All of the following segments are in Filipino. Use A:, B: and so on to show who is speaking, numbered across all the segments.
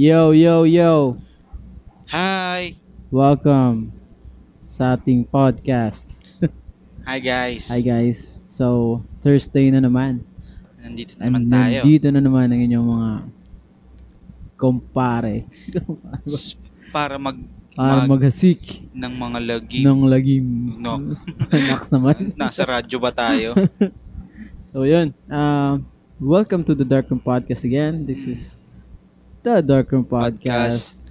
A: Yo, yo, yo.
B: Hi!
A: Welcome sa ating podcast.
B: Hi guys!
A: Hi guys. So, Thursday na naman.
B: Nandito na
A: And
B: Ano naman tayo.
A: Nandito na naman ang inyong mga kumpare
B: S- Para mag,
A: para
B: mag,
A: maghasik
B: ng mga lagi.
A: ng lagim.
B: No.
A: Naks naman.
B: Nasa radyo ba tayo?
A: So, yun. Um, welcome to the Darkroom Podcast again. This is the Darkroom Podcast.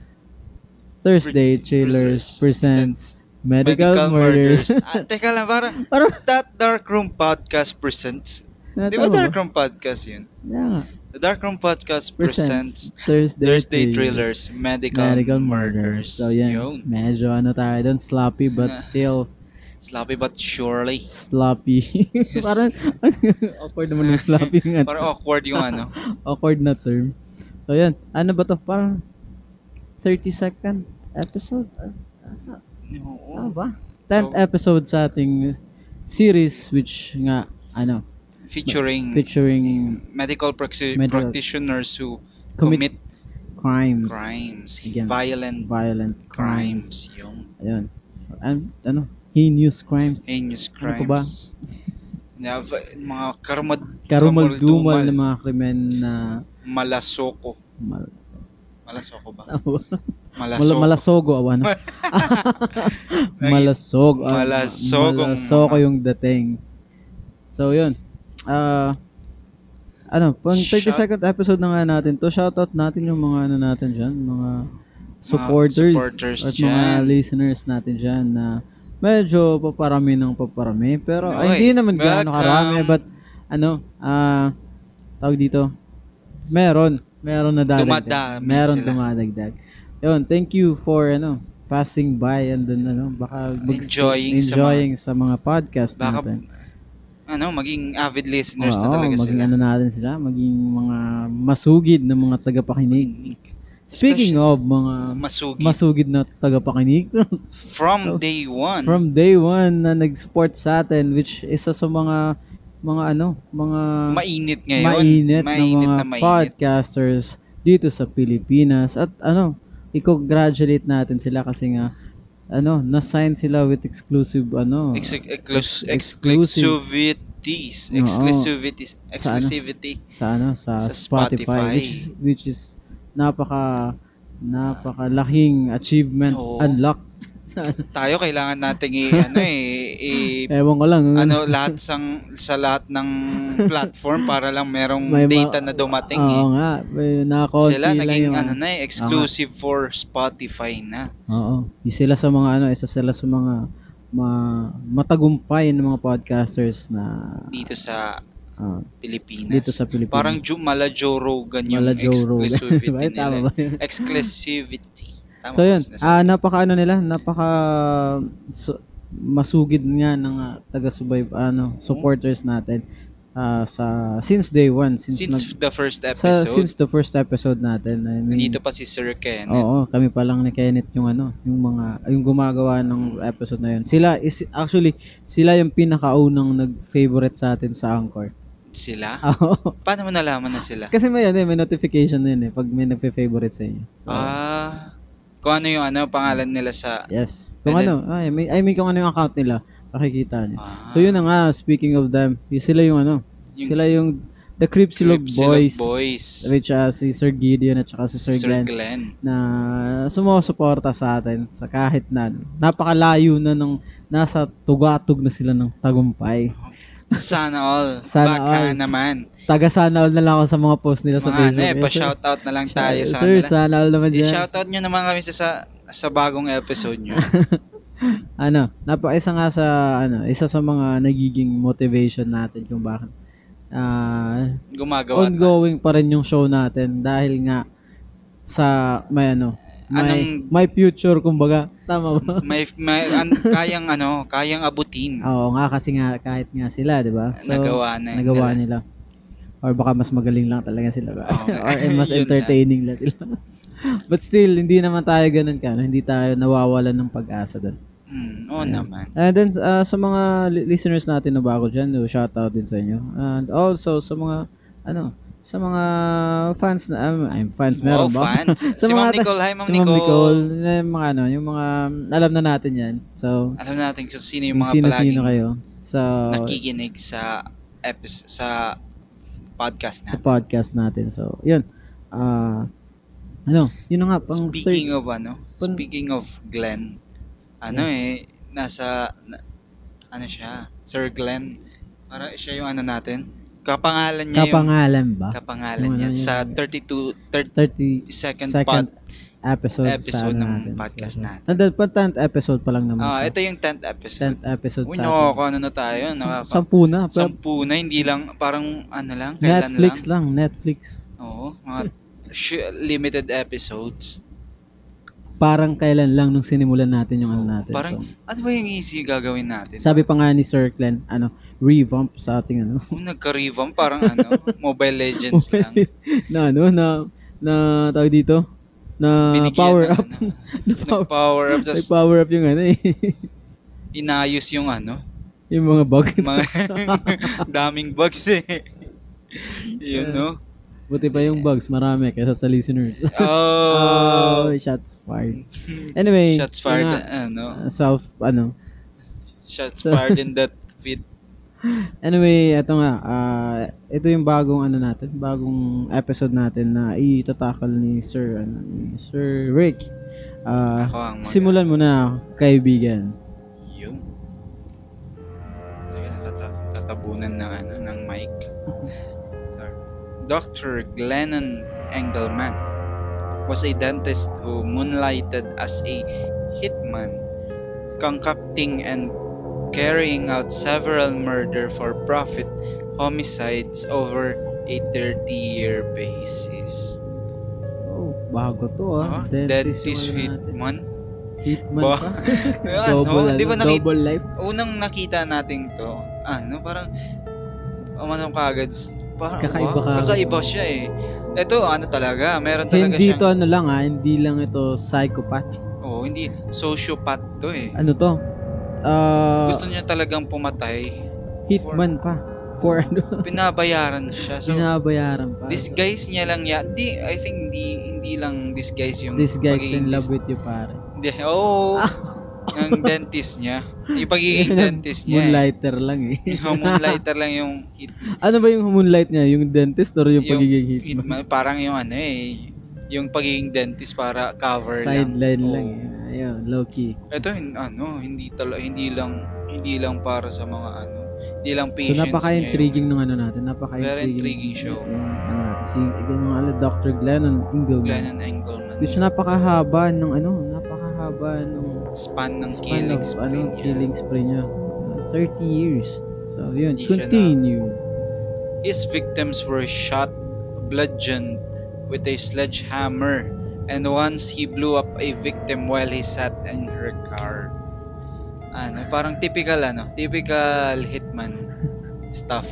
A: Thursday Trailers presents Medical, Murders.
B: ah, teka lang, para
A: Parang,
B: That Dark Room Podcast presents. Di ba
A: Tama
B: Dark Room Podcast yun?
A: Yeah.
B: The Dark Room Podcast presents,
A: Presents Thursday,
B: Thursday Thrillers Medical,
A: Medical
B: Murders.
A: Murders. So, yan.
B: Yun.
A: Medyo ano tayo doon, sloppy but
B: Ah.
A: still
B: Sloppy but surely.
A: sloppy.
B: Yes.
A: Parang awkward naman yung sloppy. ng-
B: Parang awkward yung ano.
A: awkward na term. So, yan. Ano ba to? Parang 30 second episode? Ah, Ano
B: Oo.
A: ba? 10th episode sa ating series which nga, ano,
B: Featuring
A: featuring
B: medical, praxi-
A: Medical-
B: practitioners who
A: commit,
B: commit
A: crimes.
B: crimes,
A: Again.
B: violent
A: Violent crimes.
B: crimes, yung
A: Ayun. An- ano? Heinous crimes.
B: heinous
A: Ano pa ba?
B: crimes. Na, v- mga karumad,
A: Karumal-dumal
B: karumaldumal,
A: ng mga krimen na
B: malasoko.
A: mal-
B: Malasoko ba?
A: Mala-
B: Malasoko.
A: malasogo awan. Malasog. ah,
B: Malasogong
A: malasoko
B: mga-
A: yung dating. So, yun. Ah ano, pang 30
B: Shout-
A: second episode na nga natin to, shoutout natin yung mga ano natin dyan, mga supporters,
B: supporters
A: at mga
B: dyan.
A: listeners natin dyan na medyo paparami ng paparami. Pero ay,
B: Oy,
A: hindi naman gaano
B: welcome.
A: karami, but ano, ah tawag dito, meron. Meron na dadagdag.
B: Dumadami
A: meron
B: sila.
A: dumadagdag. Yun, thank you for ano, passing by and then ano, baka mag-
B: Enjoying sa
A: enjoying sa mga, podcast
B: Baka,
A: natin.
B: ano, maging avid listeners
A: Oo,
B: na talaga
A: maging
B: sila.
A: ano natin sila, maging mga masugid na mga tagapakinig. Speaking of mga
B: Masugi.
A: masugid na tagapakinig,
B: From day
A: oh,
B: one.
A: from day one na nag-support sa atin, which isa sa mga, mga ano, mga
B: mainit ngayon.
A: mainit, na mga
B: na mainit.
A: podcasters dito sa Pilipinas. At ano, i-congratulate natin sila kasi nga, ano, na-sign sila with exclusive, ano,
B: Ex- exclus-
A: exclusive.
B: exclusivities.
A: Oo. ano?
B: Exclusivities. Exclusivity.
A: sa, ano, sa,
B: Sa
A: Spotify,
B: Spotify.
A: Which, which is napaka, napakalaking achievement
B: Oo. ano.
A: unlocked. Sa-
B: Tayo kailangan nating i ano eh i-
A: Ewan ko lang.
B: ano lahat sang sa lahat ng platform para lang merong
A: May ma-
B: data na dumating
A: Oo
B: eh.
A: nga. May nakakunti
B: Sila
A: lang
B: naging
A: yung-
B: ano na eh, exclusive for Spotify na.
A: Oo. Yung sila sa mga ano, isa sila sa mga ma- matagumpay ng mga podcasters na
B: dito sa
A: ah,
B: Pilipinas.
A: dito sa Pilipinas.
B: Parang Ju- mala Joe Rogan yung
A: Mala Joe Rogan.
B: exclusivity
A: Ba,
B: nila.
A: Tama ba? yun?
B: Exclusivity. Tama
A: so
B: ba
A: yun,
B: sinasabi?
A: ah napaka ano nila, napaka su- masugid nga ng ah, taga-subay ano, supporters natin ah, sa since day one, since,
B: since
A: nag-
B: the first
A: sa,
B: episode,
A: since the first episode natin. I mean,
B: nandito pa si Sir Ken.
A: Oo, kami pa lang ni Kenneth yung ano, yung mga yung gumagawa ng episode na yun. Sila is actually sila yung pinakaunang nag-favorite sa atin sa Anchor.
B: Sila?
A: Oo.
B: Paano mo nalaman na sila?
A: Kasi may ano, eh, may notification na yun eh pag may nagfe-favorite sa inyo. So,
B: Ah, kung ano yung ano, pangalan nila sa...
A: yes. Kung
B: and
A: ano, ay, may, I mean kung ano yung account nila, makikita niyo.
B: Ah,
A: So yun na nga, speaking of them, y- sila yung ano,
B: Yung-
A: sila yung The Cripsilog
B: Silog
A: Boys,
B: Boys.
A: which ah, si Sir Gideon at saka si Sir, Glenn. na sumusuporta sa atin sa kahit na ano. napakalayo na ng nasa tugatog na sila ng tagumpay.
B: Sana all.
A: Sana
B: Baka
A: all.
B: naman.
A: Taga sana all na lang ako sa mga post nila sa
B: Mga ano
A: Facebook.
B: eh,
A: Eh, sir,
B: pa-shoutout na lang
A: shout-
B: tayo sa
A: Sir,
B: kanila. Eh,
A: sana all naman dyan.
B: I-shoutout nyo naman kami sa, sa, sa bagong episode nyo.
A: ano, napakaisa nga sa, ano, isa sa mga nagiging motivation natin kung bakit ah,
B: Gumagawa tayo.
A: ongoing pa rin yung show natin dahil nga sa may ano, may,
B: Anong-
A: may future kumbaga. Tama ba?
B: May, may an- kayang ano, kayang abutin.
A: Oo nga kasi nga kahit nga sila, 'di ba? Ah, So,
B: nagawa na.
A: nagawa nila. Or baka mas magaling lang talaga sila. ba?
B: Oo.
A: Or eh, mas
B: Yun na.
A: entertaining lang sila. But still, hindi naman tayo ganun ka. no? Hindi tayo nawawalan ng pag-asa doon.
B: Mm, oo naman.
A: And then, uh, sa mga li- listeners natin na bago dyan, no, shout out din sa inyo. And also, sa mga, ano, Sa mga fans na, um, I'm fans, meron ba?
B: Wow, Oh, fans.
A: Sa
B: si Ma'am
A: mga ta-
B: Nicole. Hi, Ma'am
A: Si Ma'am Nicole,
B: Nicole.
A: na yung mga ano, yung mga, alam na natin yan. So,
B: Alam natin kung sino yung
A: yung
B: mga palaging
A: sino-sino kayo. So,
B: nakikinig sa epis sa podcast
A: sa
B: natin.
A: podcast natin. So, yun. Ah, ano, yun na nga, pang
B: Speaking
A: third.
B: of ano,
A: pang-
B: speaking of Glenn, ano eh, nasa, na- ano siya, Sir Glenn, para siya yung ano natin, kapangalan niya yung,
A: kapangalan ba?
B: kapangalan
A: Yung ano
B: niya,
A: yun,
B: sa
A: yun.
B: 32, 30
A: 30
B: second,
A: second
B: pod,
A: episode,
B: episode
A: sa ano
B: ng
A: natin,
B: podcast
A: so,
B: natin.
A: Nandun pa 10th episode pa lang naman.
B: ah
A: sa-
B: ito yung 10th episode.
A: 10th episode
B: Uy,
A: sa atin.
B: nakaka ano na tayo, nakaka,
A: Sampu na. pero
B: sampu na, hindi lang, parang ano lang, kailan
A: Netflix
B: lang.
A: lang. Netflix.
B: Oo, mga sh- limited episodes.
A: Parang kailan lang nung sinimulan natin yung ano
B: Oo,
A: natin.
B: parang-
A: to.
B: Ano ba yung easy gagawin natin?
A: Sabi pa nga ni Sir Glenn, ano, revamp sa ating ano,
B: Kung nagka-revamp, parang ano, Mobile Legends lang.
A: na ano, na, na, tawag dito, na
B: Binigyan
A: Ah, power
B: ng
A: up.
B: ano.
A: na power,
B: Nag-power up,
A: may
B: tapos
A: power up yung ano eh.
B: inayos yung ano.
A: yung mga bug.
B: Mga daming bugs eh. Yun, no?
A: Buti pa yung bugs, marami kaysa sa listeners.
B: Oh!
A: Oh, shots fired. Anyway,
B: Shots fired,
A: yun nga,
B: ano?
A: uh, self, ano.
B: Shots fired in that feed.
A: Anyway, eto nga, ah, ito yung bagong ano natin, bagong episode natin na itatakal ni Sir, ano, ni Sir Rick. Ah,
B: Ako ang mag-
A: simulan mo na, kaibigan.
B: Yun. Teka, tata- Tatabunan ng ano, ng mic. Sorry. Dr. Glennon Engelman was a dentist who moonlighted as a hitman, concocting and carrying out several murder for profit homicides over a 30-year basis.
A: Oh, bago to ah.
B: Ah,
A: Dentist
B: dentist
A: yung ano natin.
B: hitman?
A: Hitman
B: Ba-
A: pa.
B: ano, di ba
A: ano,
B: nakita
A: double life.
B: unang nakita natin to, ano, parang, umanong kagad, parang,
A: Kakaiba
B: wow,
A: ka.
B: kakaiba siya eh. Ito, ano talaga, meron talaga
A: Hindi
B: siyang,
A: to ano lang ah, hindi lang ito psychopath.
B: oh, hindi, sociopath to eh.
A: Ano to? Ah,
B: Gusto niya talagang pumatay.
A: hitman pa. For ano,
B: Pinabayaran siya. So,
A: binabayaran pa.
B: disguise niya lang yan. Hindi, I think hindi, hindi lang disguise yung
A: This guy's in
B: pagiging
A: love
B: dis-
A: with Ah. you pare.
B: Hindi, oh, yung dentist niya. Yung pagiging dentist niya. eh.
A: Moonlighter lang eh.
B: Yung moonlighter lang yung hit,
A: ano ba yung moonlight niya? Yung dentist or yung,
B: Yung
A: pagiging hitman?
B: hitman. Parang yung ano eh, yung pagiging dentist para cover lang.
A: Sideline
B: Oo.
A: lang eh. Ayun, low key.
B: Ito hin- ano, hindi talo, hindi lang hindi lang para sa mga ano, hindi lang
A: So
B: patients.
A: napaka-intriguing nung ano natin. Napaka-intriguing.
B: Very intriguing show.
A: Yung, ano, natin, si yung mga ala, Dr. Glennon Engelman.
B: Glennon Engelman.
A: Which napakahaba nung ano, napakahaba nung
B: span ng
A: span
B: killing
A: of,
B: spree
A: ano,
B: niya.
A: killing spree niya. Uh, 30 years. So yun,
B: Hindi siya na-
A: continue.
B: His victims were shot, bludgeoned with a sledgehammer, and once he blew up a victim while he sat in her car. Ano, parang typical ano, typical hitman stuff.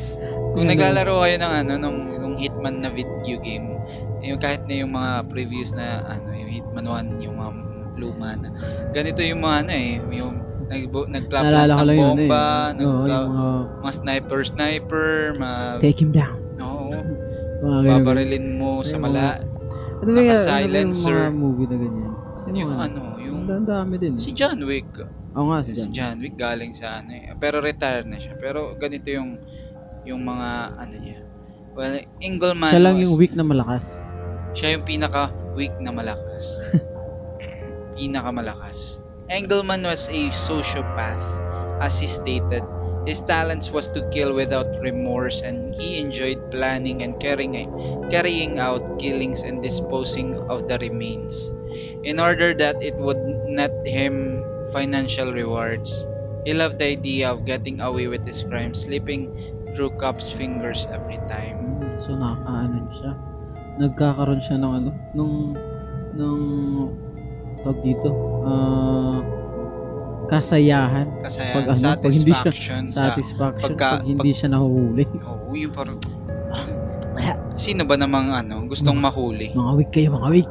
B: Kung
A: Ano?
B: naglalaro kayo ng ano ng, ng hitman na video game, yung kahit na yung mga previous na ano, yung Hitman 1, yung mga luma na. Ganito yung mga ano eh, yung nagbo, nagpla-plant
A: Naalala ko
B: ng
A: lang yun eh.
B: bomba,
A: Oo,
B: nagpla-
A: yung mga,
B: mga sniper sniper, mga
A: take him down.
B: Oo,
A: Mga ganun.
B: babarilin mo
A: Ayun,
B: sa mala.
A: Ano ba yung- ano
B: naka
A: ba
B: silencer.
A: Yung mga movie na ganyan. Sino
B: Yung
A: nga?
B: ano, yung
A: ah, Ang dami din.
B: si John Wick.
A: Oo nga, si
B: Si
A: John.
B: John Wick galing sa ano eh. Pero retired na siya. Pero ganito yung yung mga ano niya. Well, Engelman
A: Siya lang
B: was-
A: yung weak na malakas.
B: siya yung pinaka weak na malakas. pinaka malakas. Engelman was a sociopath. As he stated, his talents was to kill without remorse and he enjoyed planning and carrying, carrying out killings and disposing of the remains in order that it would net him financial rewards. He loved the idea of getting away with his crimes, slipping through cops' fingers every time.
A: Mm, So nakakaano siya. Nagkakaroon siya ng ano, nung nung tawag dito, ah kasayahan,
B: Kasayahan,
A: Pag ano, pag hindi siya-
B: satisfaction sa
A: satisfaction pag
B: pagka-
A: hindi siya nahuhuli.
B: Oo, yung parang...
A: Wala.
B: Sino ba namang ano, gustong mahuli?
A: Mga weak kayo, mga weak.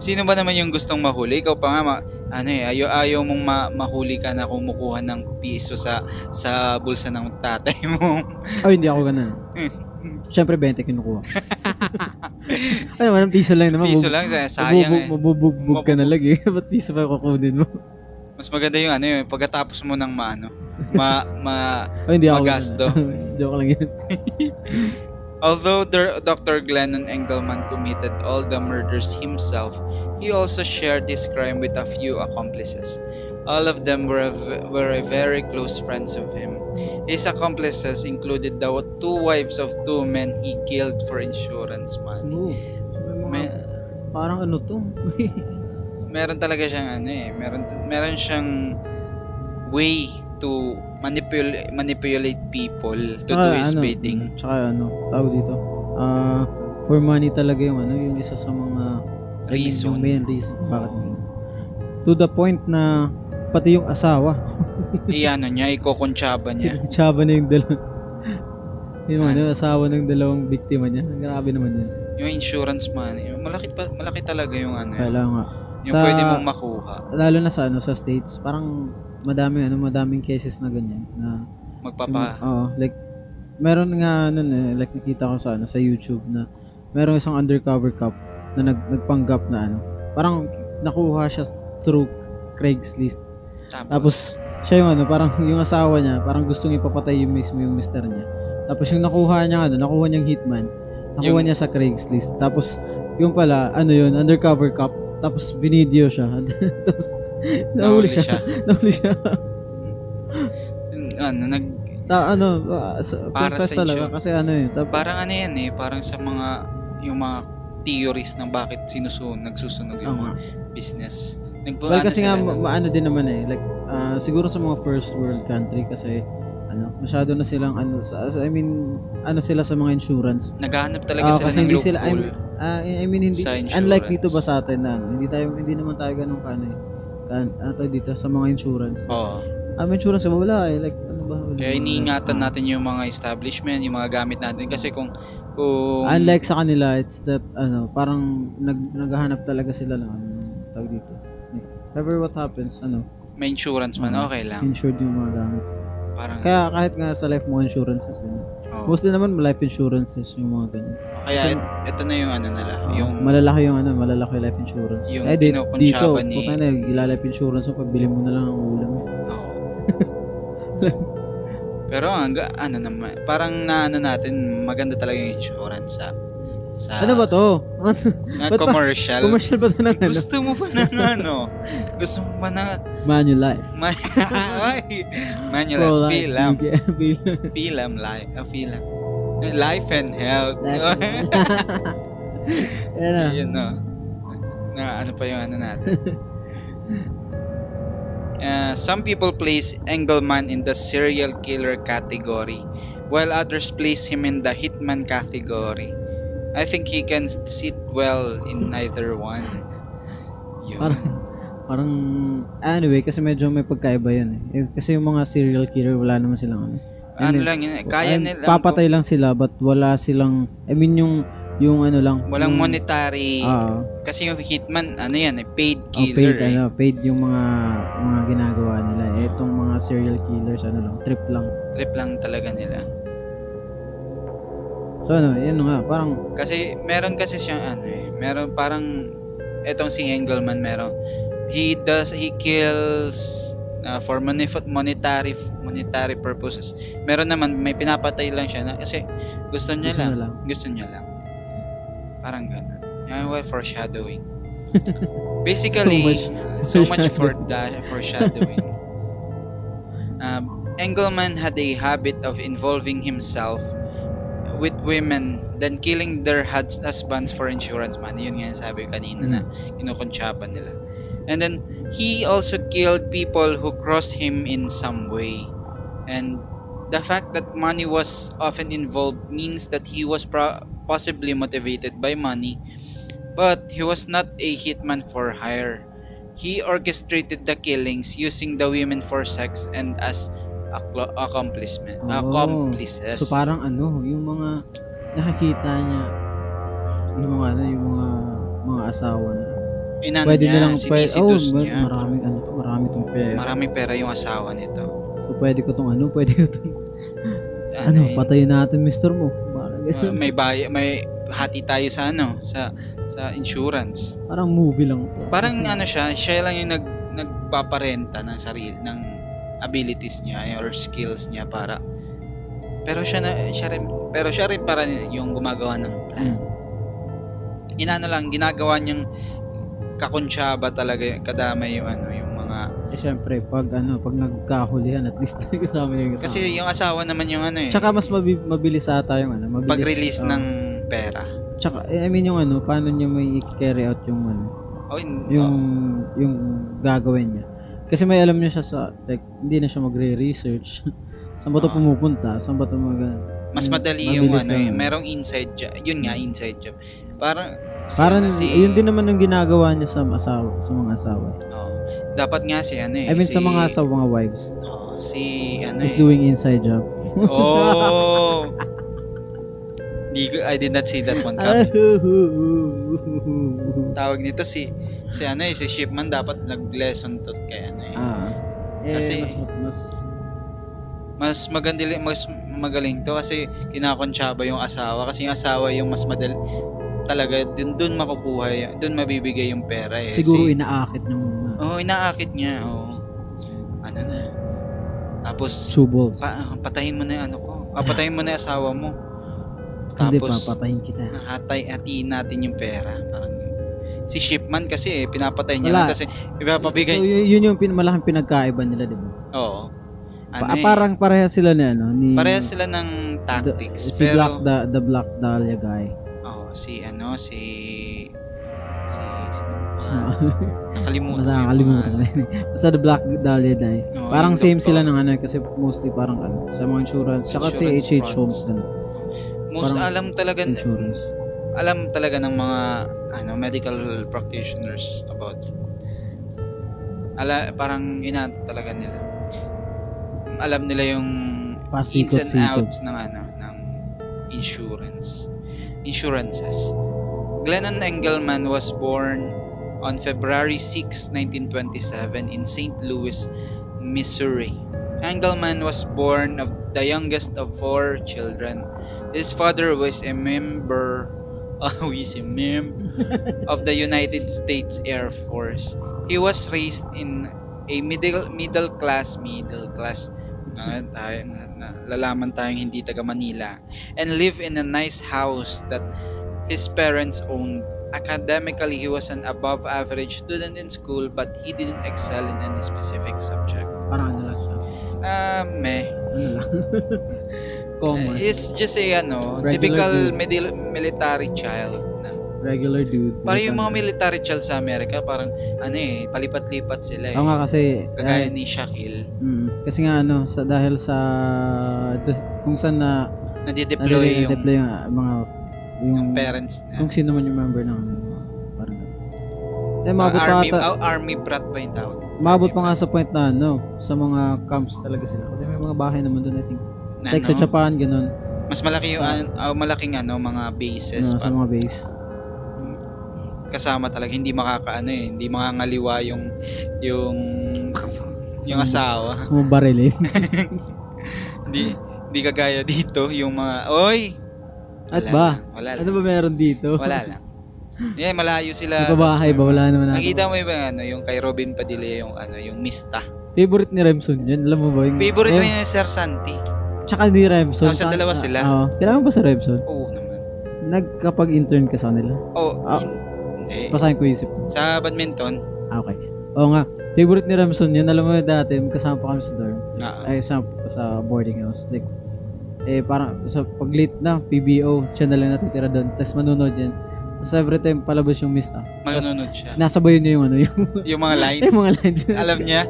B: Sino ba naman yung gustong mahuli? Ikaw pa nga, ma- ano eh, ayaw, ayaw mong ma- mahuli ka na kumukuha ng piso sa sa bulsa ng tatay mo.
A: Oh, hindi ako ganun. Siyempre, 20 kinukuha. ano naman, ang piso lang naman.
B: Piso
A: Bub-
B: lang, sa- sayang eh.
A: Mabubugbog ka na lagi. Ba't piso pa kukunin mo?
B: Mas maganda yung ano yun, pagkatapos mo ng maano, ma, ma,
A: Oh, hindi ako.
B: Magasto.
A: Joke lang yun.
B: Although Dr. Dr. Glennon Engelman committed all the murders himself, he also shared this crime with a few accomplices. All of them were, v- were very close friends of him. His accomplices included the two wives of two men he killed for insurance money.
A: Ano? May mga,
B: May-
A: parang ano to?
B: Meron talaga siyang ano eh, meron, meron siyang way to manipul- manipulate people to do
A: Tsaka
B: his
A: ano,
B: bidding.
A: Tsaka ano, tao dito. Ah, for money talaga yung ano, yung isa sa mga I mean,
B: Reason.
A: Yung main reason bakit. To the point na pati yung asawa,
B: Iyan ano niya, ikokontsaba niya.
A: tsaba na yung dalawang yung
B: Ah.
A: ano, asawa ng dalawang biktima niya. Grabe naman yun.
B: Yung insurance money, malaki pa, malaki talaga yung ano, yun.
A: Kailangan nga.
B: yung
A: sa-
B: pwede mong makuha,
A: ah, Lalo na sa ano, sa states, parang madami ano, madaming cases na ganyan na
B: magpapa
A: Oo, like meron nga ano eh, like nakita ko sa ano sa YouTube na merong isang undercover cop na nag, nagpanggap na ano. Parang nakuha siya through Craigslist. Hmm. Tapos siya yung ano, parang yung asawa niya, parang gustong ipapatay yung mismo yung mister niya. Tapos yung nakuha niya ano, nakuha niyang hitman. Nakuha
B: Yung-
A: niya sa Craigslist. Tapos yung pala, ano yun, undercover cop. Tapos binideo siya. Tapos nahuli siya. Nahuli siya.
B: Yung ano, nag,
A: Ta- ano, ah, sa,
B: Para
A: confess
B: sa
A: talaga.
B: insurance.
A: Kasi ano yun. Tapos,
B: parang ano yan eh, parang sa mga, yung mga theories ng bakit sinusunod, nagsusunog
A: Oo
B: yung
A: nga.
B: mga business. ano Nagpula
A: Well, ah, kasi nga, ma-
B: ng,
A: maano din naman eh. Like, ah, siguro sa mga first world country kasi, ano, masyado na silang, ano, sa, sa- I mean, ano sila sa mga insurance.
B: naghahanap talaga
A: Oo,
B: sila
A: kasi
B: ng
A: hindi
B: loophole.
A: sila- Ah, I I mean, hindi,
B: Sa
A: unlike
B: insurance.
A: dito ba sa atin na, ano, hindi tayo, hindi naman tayo ganun ka, ano, eh. Kan, ano tawag dito, sa mga insurance.
B: Oo.
A: Ah, may insurance ba? Wala eh. Like, ano ba? Ah, Wala.
B: Kaya iniingatan natin yung mga establishment, yung mga gamit natin. Kasi kung, kung,
A: Unlike sa kanila, it's that, ano, parang nag, naghahanap talaga sila ng, ano, tawag dito. Like, if ever what happens, ano,
B: may insurance man,
A: Oo.
B: okay lang.
A: insured yung mga gamit.
B: Parang,
A: Hmm. Kaya kahit nga sa life mo insurances, ganun.
B: oo.
A: Mostly naman life insurances yung mga ganun.
B: kaya et- eto na yung ano nila, yung,
A: malalaki yung ano, malalaki yung life insurance.
B: Yung
A: eh, di, dito,
B: kinukuntsaba ni-
A: puta na, ilalife insurance mo, pagbili mo na lang ang ulam.
B: Oo. Pero ang ga- ano naman, parang na ano natin, maganda talaga yung insurance sa sa
A: ano ba to?
B: na
A: Ba't pa-
B: commercial.
A: Commercial ba to ng ano?
B: Gusto mo pa ng ano? Gusto mo pa na
A: Manulife.
B: ma- Ay, manual
A: Pro-life.
B: film,
A: Yeah, film.
B: film life, E, a film. Life and health.
A: Life and- Ayan na.
B: Eh, Yun no. Na ano pa yung ano natin. Uh, some people place Engelman in the serial killer category, while others place him in the hitman category. I think he can sit well in neither one. Yun.
A: Parang, parang, anyway, kasi medyo may pagkaiba yun eh. eh. Kasi yung mga serial killer, wala naman silang ano.
B: ano lang yun, eh, kaya
A: Ay,
B: nila.
A: Papatay lang sila, but wala silang, I mean yung, yung ano lang.
B: Walang
A: yung-
B: monetary.
A: Ah,
B: kasi yung hitman, ano yan, eh, paid
A: Oh,
B: killer.
A: paid,
B: eh.
A: ano, paid yung mga mga ginagawa nila. Eh, Itong mga serial killers, ano lang, trip lang.
B: Trip lang talaga nila.
A: So ano, yun nga, parang,
B: Kasi meron kasi siyang ano eh, meron parang etong si Engelman meron. He does he kills uh, for monif- monetary monetary purposes. Meron naman may pinapatay lang siya na kasi gusto niya
A: gusto
B: Ano lang,
A: na lang.
B: gusto niya lang. Parang ganun. Yan well, foreshadowing. Basically,
A: So
B: so much for the foreshadowing. um, Engelman had a habit of involving himself with women, then killing their hus- husbands for insurance money. Yun nga yung sabi ko kanina na kinukuntsapan nila. And then, he also killed people who crossed him in some way. And the fact that money was often involved means that he was pro- possibly motivated by money, but he was not a hitman for hire. He orchestrated the killings using the women for sex and as aclo- accomplishment.
A: Oh.
B: Accomplices.
A: So parang ano, yung mga nakikita niya, yung mga ano, yung mga mga asawa na.
B: Inano
A: pwede
B: Ano niya,
A: nilang, pwede, oh,
B: sinisidus
A: mar-
B: niya.
A: marami, ano to, marami tong pera.
B: Maraming pera yung asawa nito.
A: So pwede ko tong ano, pwede ko tong, ano,
B: yun?
A: patayin natin mister mo. Parang
B: Uh, may bay may hati tayo sa ano, sa sa insurance.
A: Parang movie lang.
B: Parang
A: Mm-hmm.
B: ano siya, siya lang yung nag nagpaparenta ng sarili ng abilities niya eh, or skills niya para pero siya na siya rin pero siya rin para yung gumagawa ng plan.
A: Mm.
B: Inano lang ginagawa niyang kakonsyaba talaga kadamay yung ano yung mga
A: Eh, syempre, pag ano, pag nagkahulihan, at least kasama yung kasama.
B: kasi yung asawa naman yung ano eh
A: Tsaka mas mabi- mabilis ata yung ano, mabilis.
B: pag-release
A: oh.
B: ng pera.
A: Tsaka, eh, I mean yung ano, paano niya may carry out yung ano,
B: Oh, in-
A: yung, yung gagawin niya. Kasi may alam niya siya sa, like, hindi na siya magre-research. saan ba ito
B: Ah.
A: pumupunta? Saan ba ito mag-
B: mas
A: Mm,
B: madali yung
A: mabilis
B: ano,
A: lang
B: eh,
A: yun.
B: merong inside job. Yun nga, inside job. Parang, si,
A: Parang,
B: ano, si,
A: yun din naman yung ginagawa niya sa asawa, sa mga asawa.
B: oh, dapat nga si ano eh.
A: I mean,
B: si,
A: sa mga sa mga wives.
B: oh, si, ano
A: He's
B: eh.
A: doing inside job.
B: Oh! Di ko- I did not see that one
A: Ah.
B: coming. Tawag nito si, si ano eh, si Shipman dapat nag-lesson to kay ano eh.
A: ah. Eh,
B: Kasi-
A: mas, mas,
B: Mas maganda li- mas magaling to kasi kinakonsyaba yung asawa kasi yung asawa yung mas madali talaga dun dun makukuha y- dun mabibigay yung pera eh.
A: siguro
B: Si-
A: inaakit ng uh, mga
B: Oo, oh, inaakit niya. Oo. Ano na. Tapos,
A: subos.
B: pa, patayin mo na yung ano ko. Ah, patayin mo na yung asawa mo.
A: Hindi
B: Tapos,
A: papatayin kita.
B: hatay, hatiin natin yung pera. Parang, si shipman kasi eh, pinapatay niya
A: Wala.
B: lang kasi ipapabigay.
A: So, y- yun yung pin- malaking pinagkaiba nila, di ba?
B: Oo. Ano
A: Pa-
B: eh,
A: parang pareha sila ni, ano, ni...
B: pareha sila ng tactics.
A: the, si Black,
B: pero,
A: the, the Black Dahlia guy.
B: oh, si ano, si, si, sino ba?
A: Sino-
B: nakalimutan. ko yung
A: Nakakalimutan na
B: pangalan.
A: yun. Basta the Black Dahlia guy.
B: Oo,
A: Parang
B: yung
A: same
B: doktor.
A: sila ng ano, kasi mostly parang ano, sa mga insurance. Tsaka si H.H.
B: Insurance frauds.
A: Holmes, ganun.
B: Most
A: parang
B: alam talaga,
A: Insurance.
B: alam talaga ng mga ano medical practitioners about ala parang inaano talaga nila alam nila yung ins and
A: Pasikot-sikot.
B: outs ng ano ng insurance insurances Glennon Engelman was born on February 6, 1927 in St. Louis, Missouri. Engelman was born of the youngest of four children. His father was a member always a member of the United States Air Force. He was raised in a middle middle class middle class na tayo na, na- lalaman tayong hindi taga Manila and live in a nice house that his parents owned. Academically, he was an above average student in school but he didn't excel in any specific subject.
A: Parang ano lang siya.
B: Ah, meh.
A: Ano lang. Common.
B: It's just a
A: Oh
B: ano,
A: Regular
B: typical
A: dude.
B: middle, military child na
A: regular dude.
B: Parang yung mga military child sa Amerika, parang ano eh, palipat-lipat sila eh.
A: Oo nga kasi
B: Kagaya ni Shaquille,
A: eh, mm, kasi nga ano sa dahil sa d- kung saan na ano,
B: nadideploy yung,
A: deploy yung ah, mga yung,
B: yung parents niya.
A: kung sino man yung member ng parang eh,
B: Ah,
A: mabot pa
B: army,
A: ata,
B: ah, army brat pa yung tawag.
A: mabot pa nga sa point na ano, sa mga camps talaga sila. Kasi may mga bahay naman doon, I think.
B: Na,
A: Like sa
B: ano,
A: Japan, ganun.
B: mas malaki yung an- ah, malaking ano, mga
A: ano,
B: bases pa.
A: sa mga base.
B: kasama talaga hindi makakaano eh, hindi makangaliwa yung yung yung asawa.
A: Sa mga eh. barilin.
B: Hindi hindi kagaya dito yung mga oy.
A: At
B: Wala
A: ba?
B: lang, Wala lang.
A: ano ba meron dito?
B: Wala lang. Yeah, malayo sila.
A: Sa bahay
B: tas-
A: ba? Wala naman natin.
B: Nakita mo yung ano, yung kay Robin Padilla yung ano, yung Mista.
A: Favorite ni Remson yun. Alam mo ba? Yung,
B: Favorite
A: Hmm. eh,
B: rin ni Sir Santi.
A: Tsaka ni Remson.
B: Oh, sa dalawa sila.
A: Oo. Kailangan ba sa Remson?
B: Oo naman.
A: Nagkapag-intern ka sa kanila?
B: Oh,
A: Ah.
B: hin- hindi.
A: Basahin ko yung isip. ko.
B: Sa badminton,
A: Ah, okay. Oo nga. Favorite ni Remson yun. Alam mo dati, kasama pa kami sa dorm.
B: na,
A: Ay, sa, sa boarding house. Like, eh, parang sa pag late na, PBO, siya na lang natitira doon. Tapos manunod yan. Tapos every time palabas yung mista. Tapos
B: manunod siya.
A: sinasabayan niya yung ano, yung,
B: Yung mga lines,
A: yung mga lines.
B: alam niya.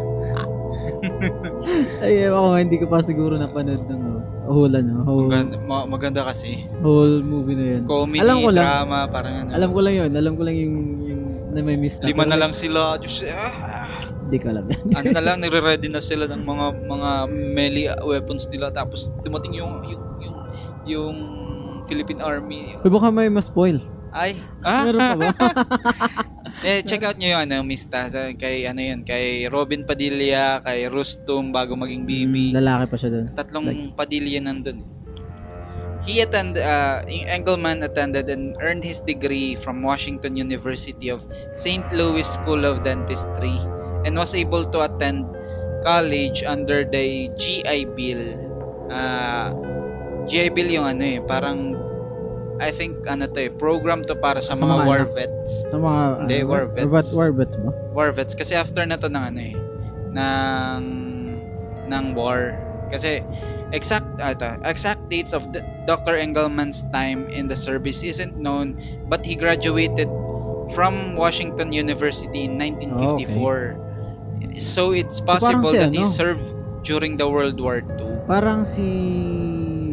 A: Ay, ewan ko nga, hindi ko pa siguro napanood ng oh, whole, ano, whole,
B: Maganda, ma- maganda kasi.
A: whole movie na yun.
B: Comedy,
A: Alam ko lang.
B: drama, parang ano.
A: Alam ko lang yun. Alam ko lang yung, yung na may mista.
B: Lima
A: Pero
B: na lang sila. Diyos, ah.
A: Hindi ko alam yan.
B: ano na lang, nagre-ready na sila ng mga mga melee weapons nila. Tapos dumating yung yung yung, yung Philippine Army.
A: Pero baka may ma-spoil.
B: Ay, ah,
A: Meron pa ba?
B: Eh, check out nyo yun, ano, Mista. Sa- Kay, ano yun, kay Robin Padilla,
A: Mm.
B: kay Rustum, bago maging BB. Ano,
A: Lalaki pa siya doon.
B: Tatlong Padilla nandun. eh. He attended, uh, Engelman attended and earned his degree from Washington University of St. Louis School of Dentistry and was able to attend college under the GI Bill. Uh, GI Bill yung ano eh, parang I think ano to eh, program to para sa,
A: Sa mga
B: mga war
A: ano?
B: vets.
A: Sa mga...
B: Hindi,
A: ano,
B: war vets.
A: War, war vets ba?
B: War vets kasi after na to ng ano eh ng ng war kasi exact ata exact dates of the, Dr. Engelman's time in the service isn't known but he graduated from Washington University
A: Oh,
B: in 1954 so it's
A: parang
B: possible
A: si
B: that he
A: ano?
B: served during the World War II
A: Parang si...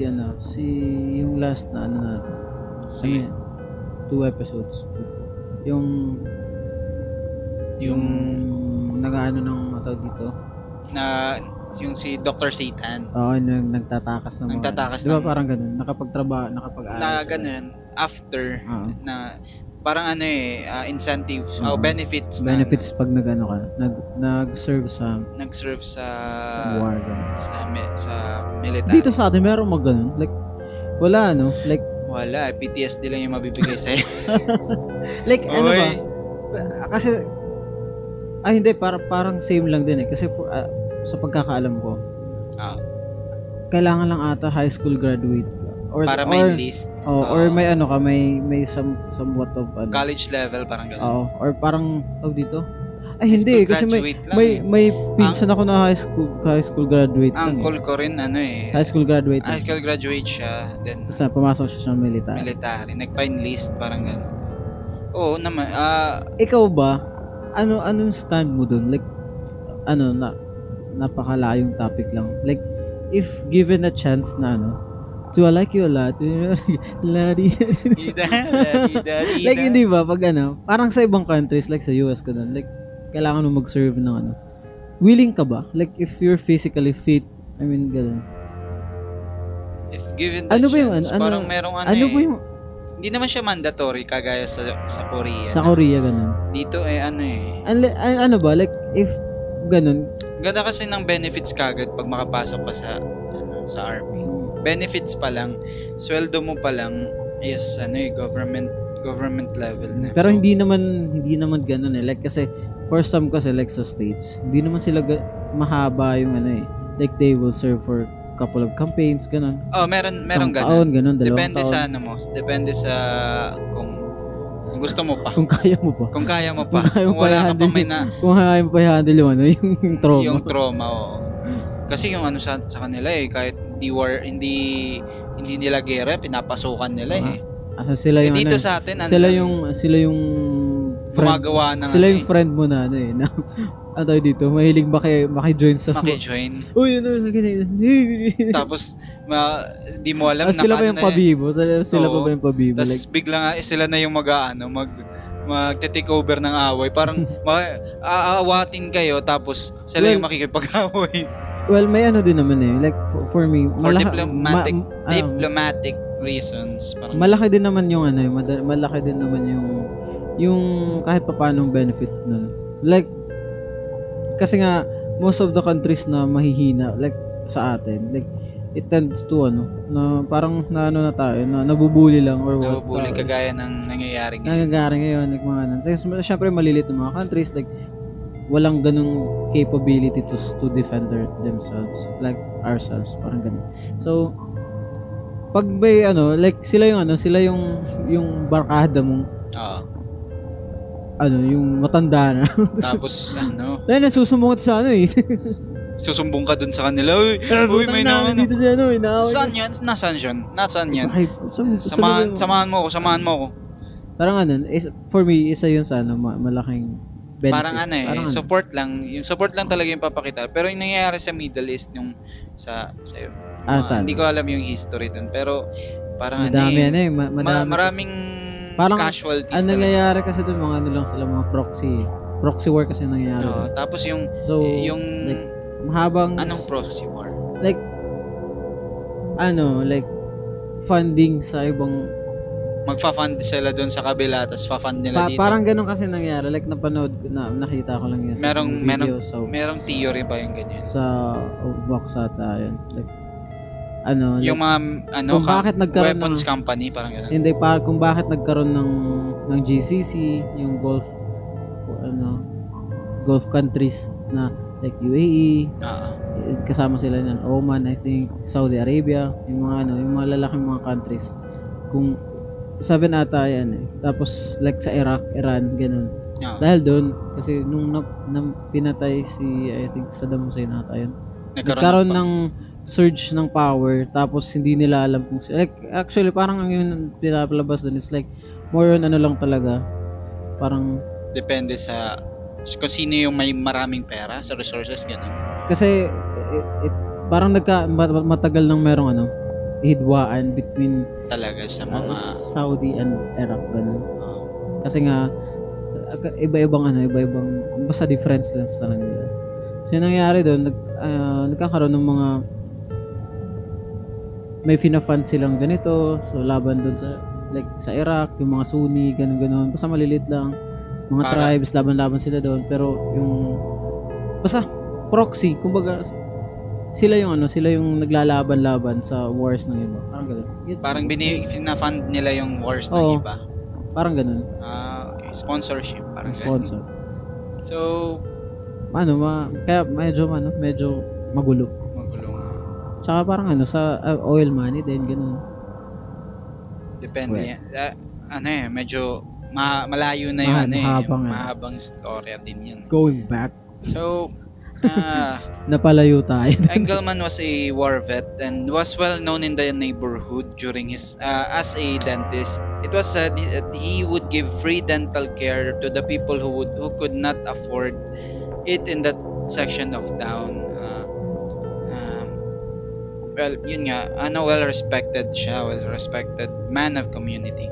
A: Ano? Si... Yung last na ano natin. Ano
B: si
A: yan? Two episodes before. Yung... Yung... Nag-ano ng matawag dito.
B: na yung si Dr. Satan
A: Oo, nag, nagtatakas ng mga... ano.
B: Nagtatakas
A: Di ba
B: ng-
A: parang ganun? Nakapagtrabaho, nakapag-aaral.
B: na
A: sila.
B: ganun after
A: Oo.
B: na parang ano eh ah, incentives o
A: Mhm.
B: benefits na
A: benefits pag nag-ano ka, nag, nag-serve sa
B: nag-serve sa Ah.
A: war. ganun.
B: sa mi- sa military.
A: Dito sa atin, meron mag ganun. Like, wala ano. Like,
B: Wala, eh, PTSD lang yung mabibigay sa'yo.
A: like ano ba?
B: Oy.
A: Ah, Kasi, ay hindi, para, parang same lang din eh. Kasi for, ah, sa pagkakaalam ko,
B: Ah.
A: kailangan lang ata high school graduate ka. Or,
B: para may
A: or,
B: list.
A: oh,
B: Oo.
A: or may ano ka, may, may some, somewhat of ano.
B: College level, parang gano'n.
A: Oo. or parang, oh dito. Ay hindi, kasi may,
B: eh.
A: may, may pinsan ako na high school, high school graduate. lang eh.
B: Uncle ko rin, ano eh.
A: High school graduate.
B: High
A: lang.
B: school graduate siya, then
A: Tapos na, pumasok siya sa military.
B: military. Nag-enlist, parang gano'n. Oo naman. Ah,
A: Ikaw ba, ano anong stand mo dun? Like, ano, na, napakalayong topic lang. Like, if given a chance na ano, do I like you a lot? Lari.
B: ida, ida, ida.
A: like, hindi ba, pag ano, parang sa ibang countries, like sa US ko dun, like, kailangan mo mag-serve ng ano. Willing ka ba? Like, if you're physically fit, I mean, ganun.
B: If given the
A: Ano
B: ano
A: ba yung
B: chance,
A: ano- ano-
B: parang merong ano,
A: Ano
B: eh.
A: ba yung,
B: Hindi naman siya mandatory kagaya sa sa Korea.
A: sa Korea, ganun.
B: Dito eh, ano eh.
A: Ano, ano ba, like, if, ganun,
B: Ganda kasi ng benefits kagad pag makapasok ka sa ano, sa army. Benefits pa lang, sweldo mo pa lang is ano eh, government government level na.
A: Pero
B: So,
A: hindi naman hindi naman ganoon eh. Like kasi for some kasi like sa states, hindi naman sila ga- mahaba yung ano eh. Like they will serve for couple of campaigns ganun.
B: oh, meron
A: Isang
B: meron ganun.
A: Taon, ganun, dalawang
B: Depende
A: taon.
B: sa ano mo, depende sa kung, kung gusto mo pa.
A: kung kaya mo pa.
B: Kung kaya mo pa.
A: Kung kaya mo
B: Kung
A: pa
B: wala ka pa
A: i-handle
B: may na,
A: Kung kaya mo pa i-handle yung ano, yung, yung trauma.
B: yung trauma oo. Kasi yung ano sa, sa kanila eh, kahit hindi war, hindi hindi nila gera, pinapasukan nila eh.
A: Ah, sila
B: Eh,
A: yung
B: dito
A: ano,
B: sa atin, ano
A: sila
B: lang,
A: yung sila yung friend,
B: gumagawa ng
A: sila
B: ano
A: yung friend mo na ano eh. Na, ano tawag dito, mahilig maki, maki-join sa
B: eh, makijoin.
A: Uy, ano, ganito.
B: Tapos, ma, di mo alam
A: Ah, sila
B: naka-
A: ba yung
B: ano na eh.
A: pabibo? Sila, sila pa
B: Oo.
A: ba yung pabibo?
B: Tapos
A: Like,
B: bigla nga, eh, sila na yung mag-ano, mag, magte-take over ng away. Parang ma- aawatin kayo tapos sila yung
A: Well,
B: makikipag-away.
A: Well, may ano din naman eh. Like, for, for me,
B: For
A: malaki,
B: diplomatic-
A: ma- ano,
B: Diplomatic reasons. Parang,
A: malaki din naman yung ano, eh, mada- malaki din naman yung, yung kahit papaanong benefit nun. Like, kasi nga, most of the countries na mahihina, like, sa atin, like, it tends to, ano, na parang na ano na tayo, na nabubuli lang or what.
B: nabubuli
A: Parang-
B: kagaya ng nangyayari ngayon.
A: nangyayari ngayon, like mga nun. Kasi ma- syempre malilit ng mga countries, like, walang ganung capability to to defend their, themselves, like ourselves, parang ganun. So, pag may ano, like sila yung ano, sila yung yung barkada mong
B: Oo.
A: ano, yung matanda na.
B: tapos, ano,
A: Dahil nasusumungot sa ano eh.
B: susumbong ka dun sa kanila. Uy, uy may na, ano.
A: dito sa ano, inaaway.
B: Saan yan? Nasaan yan? Nasaan yan?
A: Ay, sa- sa-
B: Samahan, samahan mo ako, samahan mo ako.
A: Parang ano, is, for me, isa yun sa ano, ma- malaking benefit.
B: Parang ano eh, support lang. Yung support lang talaga yung papakita. Pero yung nangyayari sa Middle East nung sa sa yung
A: Ah,
B: mga-
A: saan?
B: Hindi ko alam yung history dun. Pero parang
A: madami
B: ano eh,
A: ano eh, ma-
B: ma-
A: madami.
B: maraming
A: Parang
B: casualties
A: Ang
B: talaga.
A: nangyayari kasi doon mga ano lang sila mga proxy. Proxy war kasi nangyayari.
B: Oo,
A: dun.
B: tapos yung
A: so,
B: yung
A: like, mahabang
B: anong proxy war?
A: ano, like funding sa ibang
B: Magfa-fund sila doon sa kabila tapos fa-fund nila
A: pa-
B: dito.
A: parang ganun kasi nangyayari. Like napanood ko na nakita ko lang yun sa
B: Merong-
A: isang
B: merong-
A: video. so,
B: Merong theory ba yung ganyan?
A: sa Vox ata yun. Like, ano,
B: Yung
A: like,
B: mga ano,
A: kung bakit nagkaroon
B: weapons
A: ng-
B: company, parang gano'n.
A: hindi para kung bakit nagkaroon ng ng GCC, yung Gulf ano, Gulf countries na like E, UAE,
B: Ah,
A: kasama sila ng Oman, I think, Saudi Arabia, yung mga ano, yung mga lalaking mga countries. Kung seven ata yan eh. Tapos like sa Iraq, Iran, ganun.
B: ah,
A: Dahil doon, kasi nung na, na- pinatay si, I think, Saddam Hussein ata yun. Nagkaroon ng surge ng power, tapos hindi nila alam kung, si- like, actually, parang ang yun ang pinapalabas doon is like, more on ano lang talaga, parang,
B: Depende sa kung sino yung may maraming pera sa resources, gano'n.
A: kasi, it- it- parang nagka, ma- matagal nang merong ano, hidwaan between
B: Talaga sa
A: uh,
B: mga...
A: Saudi and Iraq ganun.
B: ah,
A: Kasi nga uh, iba-ibang ano, iba-ibang basta difference lang sa nila. So yung nangyari doon, nag, ah, nagkakaroon ng mga may fina-fund silang ganito, so laban doon sa like sa Iraq, yung mga Sunni, ganun ganun, basta malilit lang. Mga
B: Para-
A: tribes, laban-laban sila doon, pero yung basta proxy, kumbaga sila yung ano, sila yung naglalaban-laban sa wars ng iba. Parang ganun. Gets
B: parang
A: mo?
B: bini, fund nila yung wars ng
A: Oo.
B: iba.
A: parang ganun.
B: Ah, okay. Sponsorship. Parang ganun.
A: Sponsor.
B: So,
A: ano, ma, kaya medyo, ano, medyo magulo.
B: magulo nga.
A: Tsaka parang ano, sa uh, oil money din, ganun.
B: Depende.
A: Well.
B: yan. Ah, ano eh, medyo ma- malayo na yun.
A: Ah,
B: ano eh.
A: mahabang, ah.
B: mahabang storya din yun.
A: Going back.
B: So, ah,
A: Napalayo tayo.
B: Engelman was a war vet and was well known in the neighborhood during his uh, as a dentist. It was said that he would give free dental care to the people who would who could not afford it in that section of town. Uh, um, well, yun nga, ano, well-respected siya, well-respected man of community.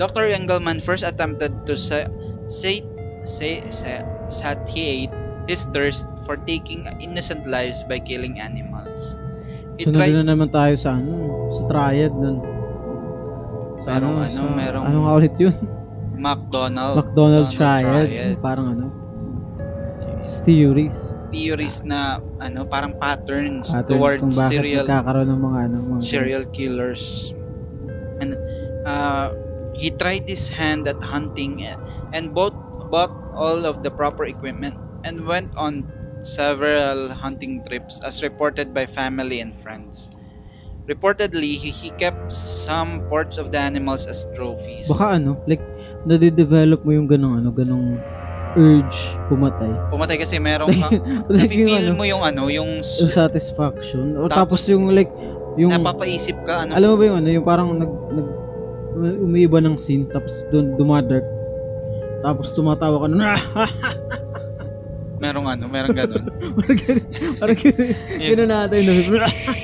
B: Dr. Engelman first attempted to sa- sa- sa- sa- satiate his thirst for taking innocent lives by killing animals. He
A: Sunod
B: tried,
A: na naman tayo sa ano, sa triad nun. Sa
B: Merong ano, merong-
A: Ano nga ulit yun?
B: McDonald,
A: McDonald's
B: McDonald
A: triad.
B: triad.
A: Parang ano, theories.
B: theories na, ano, parang patterns
A: Pattern kung
B: towards
A: bakit
B: serial
A: nagkakaroon ng mga ano, mga
B: serial killers. And uh, he tried his hand at hunting eh, and bought, bought all of the proper equipment and went on several hunting trips as reported by family and friends. Reportedly, he, he kept some parts of the animals as trophies.
A: Baka ano, like, nadidevelop mo yung ganong ano, ganong urge pumatay.
B: Pumatay kasi merong kang,
A: Like yung
B: nafe-feel
A: ano,
B: mo yung ano, yung s-
A: yung satisfaction. O tapos,
B: Tapos,
A: yung like, yung,
B: napapaisip ka, ano,
A: alam mo ba yung ano, yung parang nag, nag umiiba ng scene, tapos dun, dumadark. Tapos tumatawa ka, "Ah, na,
B: merong ano, merong ganun.
A: parang ganun, parang ganun,
B: Yes.
A: ganun natin, na,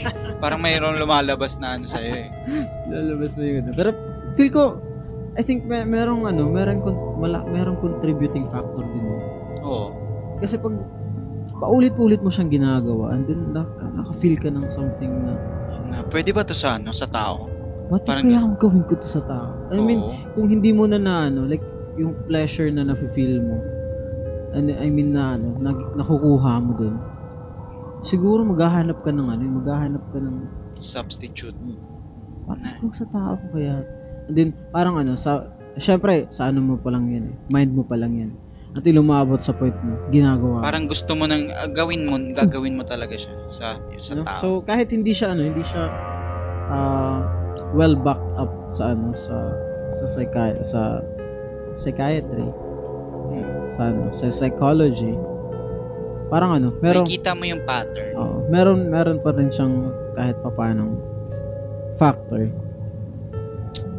B: Parang mayroong lumalabas na ano sa'yo eh.
A: lalabas mo yung ano. Pero, feel ko, I think may, merong ano, merong, con- mala, merong contributing factor din. yun.
B: Oo.
A: Kasi pag, paulit-ulit mo siyang ginagawa, and then, naka, naka-feel ka ng something na,
B: Na, pwede ba to sa ano, sa tao?
A: what if
B: Parang
A: kaya akong gawin ko to sa tao? I mean,
B: Oo.
A: kung hindi mo na na ano, like yung pleasure na nafe-feel mo, ano, I mean na ano, na, nakukuha mo dun, siguro maghahanap ka ng ano, maghahanap ka ng,
B: substitute.
A: what if kung sa tao ko kaya, and then parang ano, sa, syempre, sa ano mo pa lang yan, eh, mind mo pa lang yan, at lumabot sa point mo, ginagawa mo.
B: Parang gusto mo nang ah, gawin mo, gagawin mo talaga siya sa sa
A: no?
B: tao.
A: So, kahit hindi siya ano, hindi siya ah, well backed up sa ano, sa, sa, psychi- sa psychiatry,
B: Hmm.
A: sa ano, sa psychology. Parang ano, meron
B: Nakikita mo yung pattern.
A: oo, meron meron pa rin siyang kahit papaanong factor.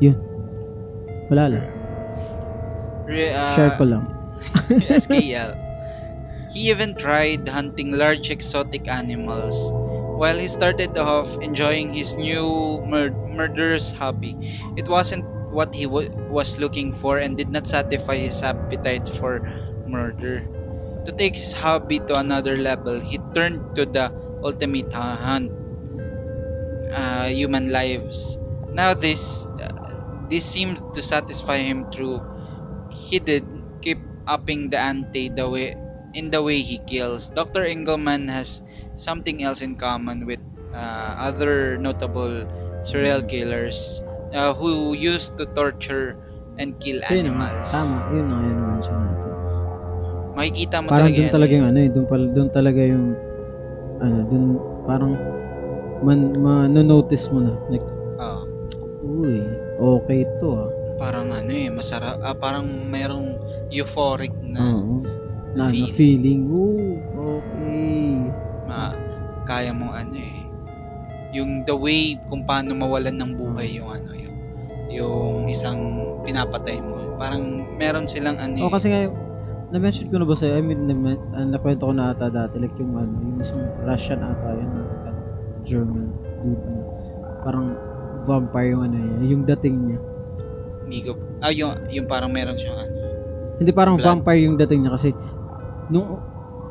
A: Yun. Wala lang.
B: Re- ah,
A: Share ko lang.
B: SKL. He even tried hunting large exotic animals. While he started off enjoying his new mur- murderous hobby, it wasn't what he wa was looking for and did not satisfy his appetite for murder. To take his hobby to another level, he turned to the ultimate hu- hunt uh, human lives. Now, this, uh, this seems to satisfy him through he did keep upping the ante the way in the way he kills. Dr. Engelman has something else in common with uh, other notable serial killers uh, who used to torture and kill
A: So, yun naman.
B: Ah, animals.
A: Tama, yun ang yun ang mention natin.
B: Makikita mo
A: Parang
B: talaga
A: doon
B: yan
A: talaga
B: eh.
A: yung ano eh, doon pala doon talaga yung ano, doon parang man manonotice mo na like
B: Oo.
A: uy, okay to ah.
B: Ah, parang ano eh, masarap, ah, parang merong euphoric na
A: Oo. Ah, Na ano,
B: Feeling.
A: feeling, ooh, okay.
B: ma- kaya mong ano eh. Yung the way kung paano mawalan ng
A: Ah.
B: buhay yung ano yung, yung isang pinapatay mo. Parang meron silang ano
A: O
B: eh.
A: kasi nga na-mention ko na ba sa'yo, I mean, na uh, nakwento ko na ata dati, like yung ano, yung isang Russian ata, yun, uh, German dude na, parang vampire yung ano niya, yung dating niya.
B: hindi ko, ah yung, yung parang meron siyang ano.
A: Hindi parang
B: Blood.
A: vampire yung dating niya kasi nung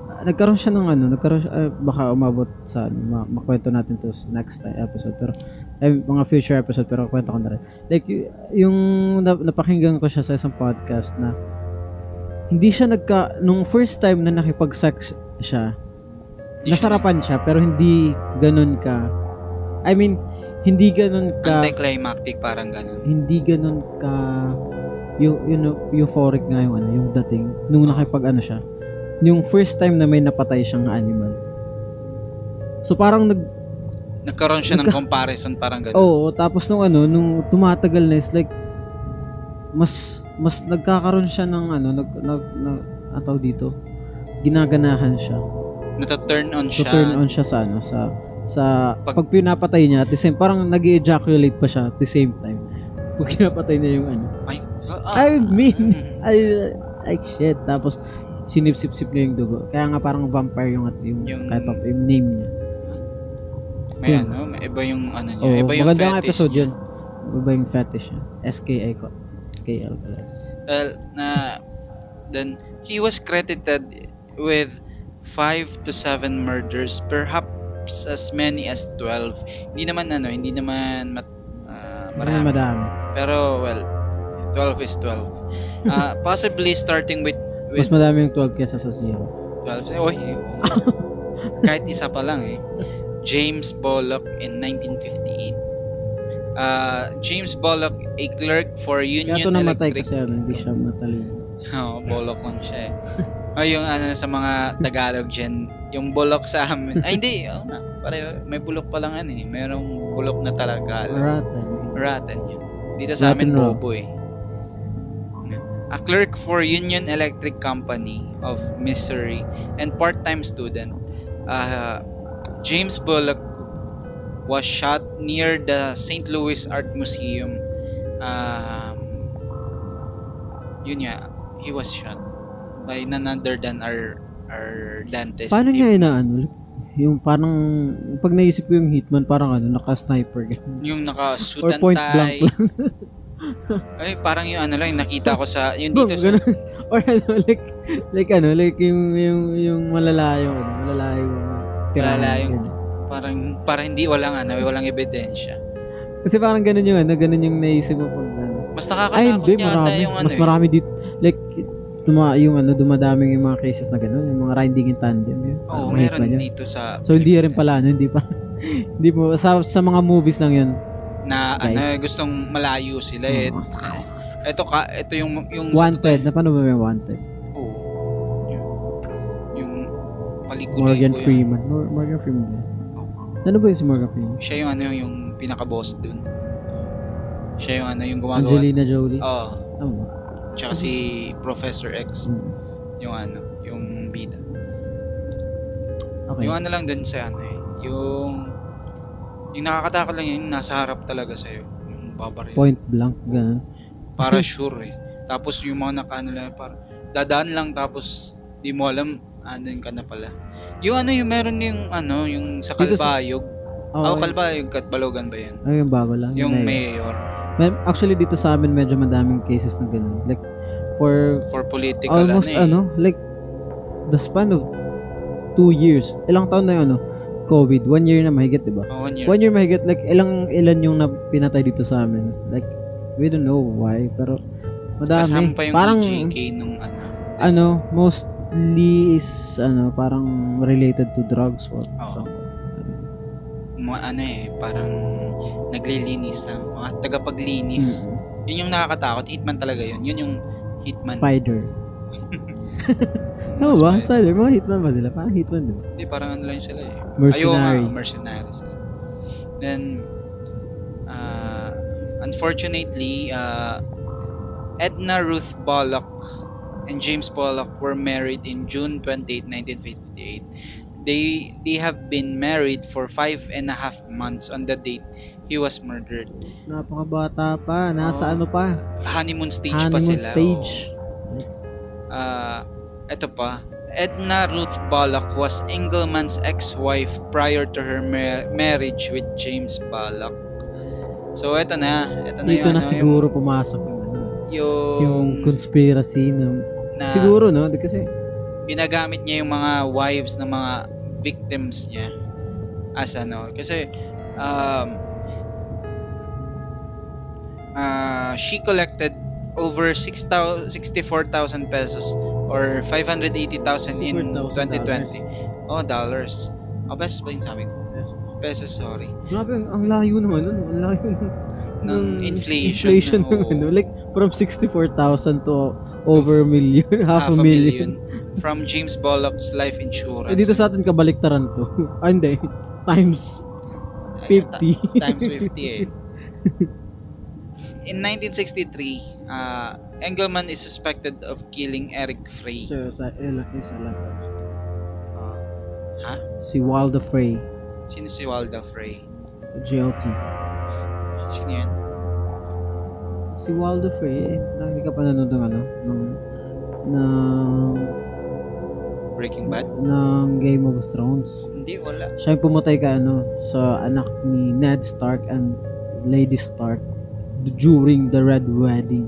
A: ah, nagkaroon siya ng ano, nagkaroon siya, ah, baka umabot sa ano, ma- makwento natin to sa next time episode pero ay, mga future episode pero kwento ko na rin. Like y- yung na, napakinggan ko siya sa isang podcast na hindi siya nagka nung first time na nakipag-sex siya,
B: Hindi siya
A: nasarapan siya pero hindi ganun ka. I mean, hindi ganun
B: na-
A: ka
B: Anticlimactic parang ganun.
A: hindi ganun ka you, you know, euphoric nga yung ano, yung dating nung nakipag ano siya. Yung first time na may napatay siyang animal. So parang nag
B: Nagkaroon siya ng
A: Nagka-
B: comparison parang ganun.
A: oo, tapos nung ano nung tumatagal na is like mas mas nagkakaroon siya ng ano nag nag, nag ang tawag dito ginaganahan siya.
B: Nata-turn on
A: So
B: siya.
A: turn on siya sa ano sa sa pag,
B: Pag-
A: pinapatay niya at the same parang nag-ejaculate pa siya at the same time. Pag pinapatay niya yung ano.
B: Ay, ah,
A: I mean, Ay, like shit. Tapos, sinipsip-sip niya yung dugo. Kaya nga parang vampire yung, yung,
B: Yung-
A: kahit pa- yung name niya.
B: may
A: yun.
B: ano, may iba yung ano niya,
A: Oo,
B: iba yung
A: maganda nga Hmm. Oh,
B: fetish
A: episode
B: niya.
A: yun. Iba yung fetish niya. SKA ko. SKL pala.
B: Well, na then he was credited with 5 to 7 murders, perhaps as many as 12. Hindi naman ano, hindi naman mat, ah,
A: Marami.
B: marami.
A: madami.
B: Pero well, 12 is 12. Ah, possibly starting with
A: Mas madami yung 12 kesa sa 0.
B: 12. Oy, eh, oo nga. kahit isa pa lang eh. James Bollock in 1958. Ah, James Bollock, a clerk for Union
A: Kaya ito namatay
B: Electric
A: kasi ano, hindi siya matalino.
B: Oo, bolok lang siya eh. O yung ano sa mga Tagalog dyan, yung bolok sa amin. Ay hindi, oo nga. Pareho, may bulok pa lang ano eh. Merong bulok na talaga.
A: Rotten.
B: Rotten yun. Dito sa amin,
A: Rotten raw.
B: bobo eh. A clerk for Union Electric Company of Missouri and part-time student, uh, James Bullock was shot near the St. Louis Art Museum. Um, yun nga, he was shot by none other than our, our Dantes.
A: Paano
B: Steve.
A: niya inaano? Yung parang, pag naisip ko yung Hitman, parang ano, naka-sniper. ganun.
B: Yung
A: Or
B: naka-suit and
A: point blank
B: tie.
A: lang.
B: Ay, parang yung ano lang, yung nakita ko sa, yung
A: Boom,
B: dito sa,
A: ganun. Or ano, like, like ano, like yung, yung, yung malalayo, ano, malalayo. tirahan,
B: Malalayong-
A: ganun.
B: parang parang hindi walang ano, walang ebidensya.
A: Kasi parang ganun yung ano, ganun yung naisip mo pag ano.
B: Mas
A: Ay,
B: nakakatakot
A: hindi,
B: yata
A: marami.
B: yung ano.
A: Mas
B: eh.
A: marami dito. Like, tuma, yung ano, dumadaming yung mga cases na ganun, yung mga riding in tandem. Yun.
B: Oo,
A: Parang
B: meron
A: hit na yun.
B: dito sa
A: So, hindi rin
B: Pilipinas
A: pala, ano, hindi pa. hindi mo, sa, sa mga movies lang yun.
B: na
A: Guys. Mm.
B: ano, gustong malayo sila eh. Ito ka, ito yung yung sa
A: wanted, na paano ba may wanted?
B: totoo- Oo. Yung, yung palikuliko
A: Morgan
B: yun.
A: Freeman. Mor- Morgan Freeman. ba yun? Ano ba yun si Morgan Freeman?
B: Siya yung ano yung pinaka-boss dun. Siya yung ano yung gumagawa.
A: Angelina Jolie.
B: Oo.
A: Tama ba?
B: Tsaka si Professor X,
A: Mm.
B: yung ano, yung bida.
A: Okay. Mm.
B: Yung ano lang dun sa ano eh, yung yung nakakatakot lang yun, yung nasa harap talaga sa'yo. Yung babaril.
A: Point blank, ganun.
B: para sure eh. Tapos yung mga nakaano lang, para, dadaan lang tapos di mo alam, anon ka na pala. Yung ano, yung meron yung ano, yung sa
A: Dito sa- Ano
B: Kalbayog.
A: Oh,
B: Oh, Kalbayog at Balogan ba yun?
A: Ay, yung bago lang. Yung
B: Yung
A: may...
B: mayor
A: Actually, dito sa amin, medyo madaming cases na ganun. Like, for
B: for political
A: almost,
B: ano eh.
A: ano, like, the span of two years. Ilang taon na yun, ano? COVID. One year na mahigit, di ba?
B: Oh, one year.
A: One year mahigit, like, ilang ilan yung na pinatay dito sa amin. Like, we don't know why, pero
B: Kasama
A: madami.
B: pa yung
A: Parang,
B: EJK nung ano. this-
A: ano, mostly is, ano, parang related to drugs or
B: Oo.
A: something.
B: mga ano eh, parang naglilinis lang. Mga tagapaglinis.
A: Mm.
B: Yun yung nakakatakot. Hitman talaga yun. Yun yung hitman.
A: Spider. Tama Ano ba? Spider.
B: Spider.
A: Mga hitman ba sila? Parang hitman din.
B: Hindi, parang ano lang sila eh. Ayun nga,
A: Mercenary.
B: mercenaries. eh. Then, uh, unfortunately, uh, Edna Ruth Bullock and James Bullock were married in June 28, 1958. They, they have been married for five and a half months on the date he was murdered.
A: Napakabata pa. Nasa
B: Oo.
A: ano pa?
B: Honeymoon Oh. stage pa
A: Honeymoon
B: sila. oh.
A: stage.
B: oo. Ah, eto pa. Edna Ruth Balak was Engelman's ex-wife prior to her mar- marriage with James Balak. So, eto na. Eto na
A: Dito
B: yun,
A: na
B: ano,
A: siguro pumasok yung, ano,
B: Yung,
A: yung conspiracy na,
B: na
A: siguro no, Di kasi
B: ginagamit niya yung mga wives ng mga victims niya as ano. Kasi, um, ah, she collected over 6,000 64,000 pesos or 580,000 in 2020. Oh, dollars. Oh, pesos ba yung sabi ko? Pesos, sorry.
A: Grabe, ang, ang layo naman nun. Ang layo nun.
B: Ng inflation, Oh.
A: Inflation
B: oo.
A: ng ano. Like, from 64,000 to over a million. half, a million.
B: From James Bullock's life insurance.
A: Eh, dito sa atin, kabaliktaran to. ah, hindi. Times
B: Ayun, ta-
A: 50.
B: times 50 eh. In 1963, uh, Engelman is suspected of killing Eric Frey.
A: so, sa ilan, isa lang.
B: Ha?
A: Si Waldo Frey.
B: Sino si Waldo Frey?
A: JLT.
B: Sino yun?
A: Si Waldo Frey, eh, nakikita ka pa nanonood ng ano? Ng, ng,
B: Breaking Bad?
A: ng Game of Thrones.
B: Hindi, wala.
A: Siya yung pumatay ka ano, sa anak ni Ned Stark and Lady Stark d- during the Red Wedding.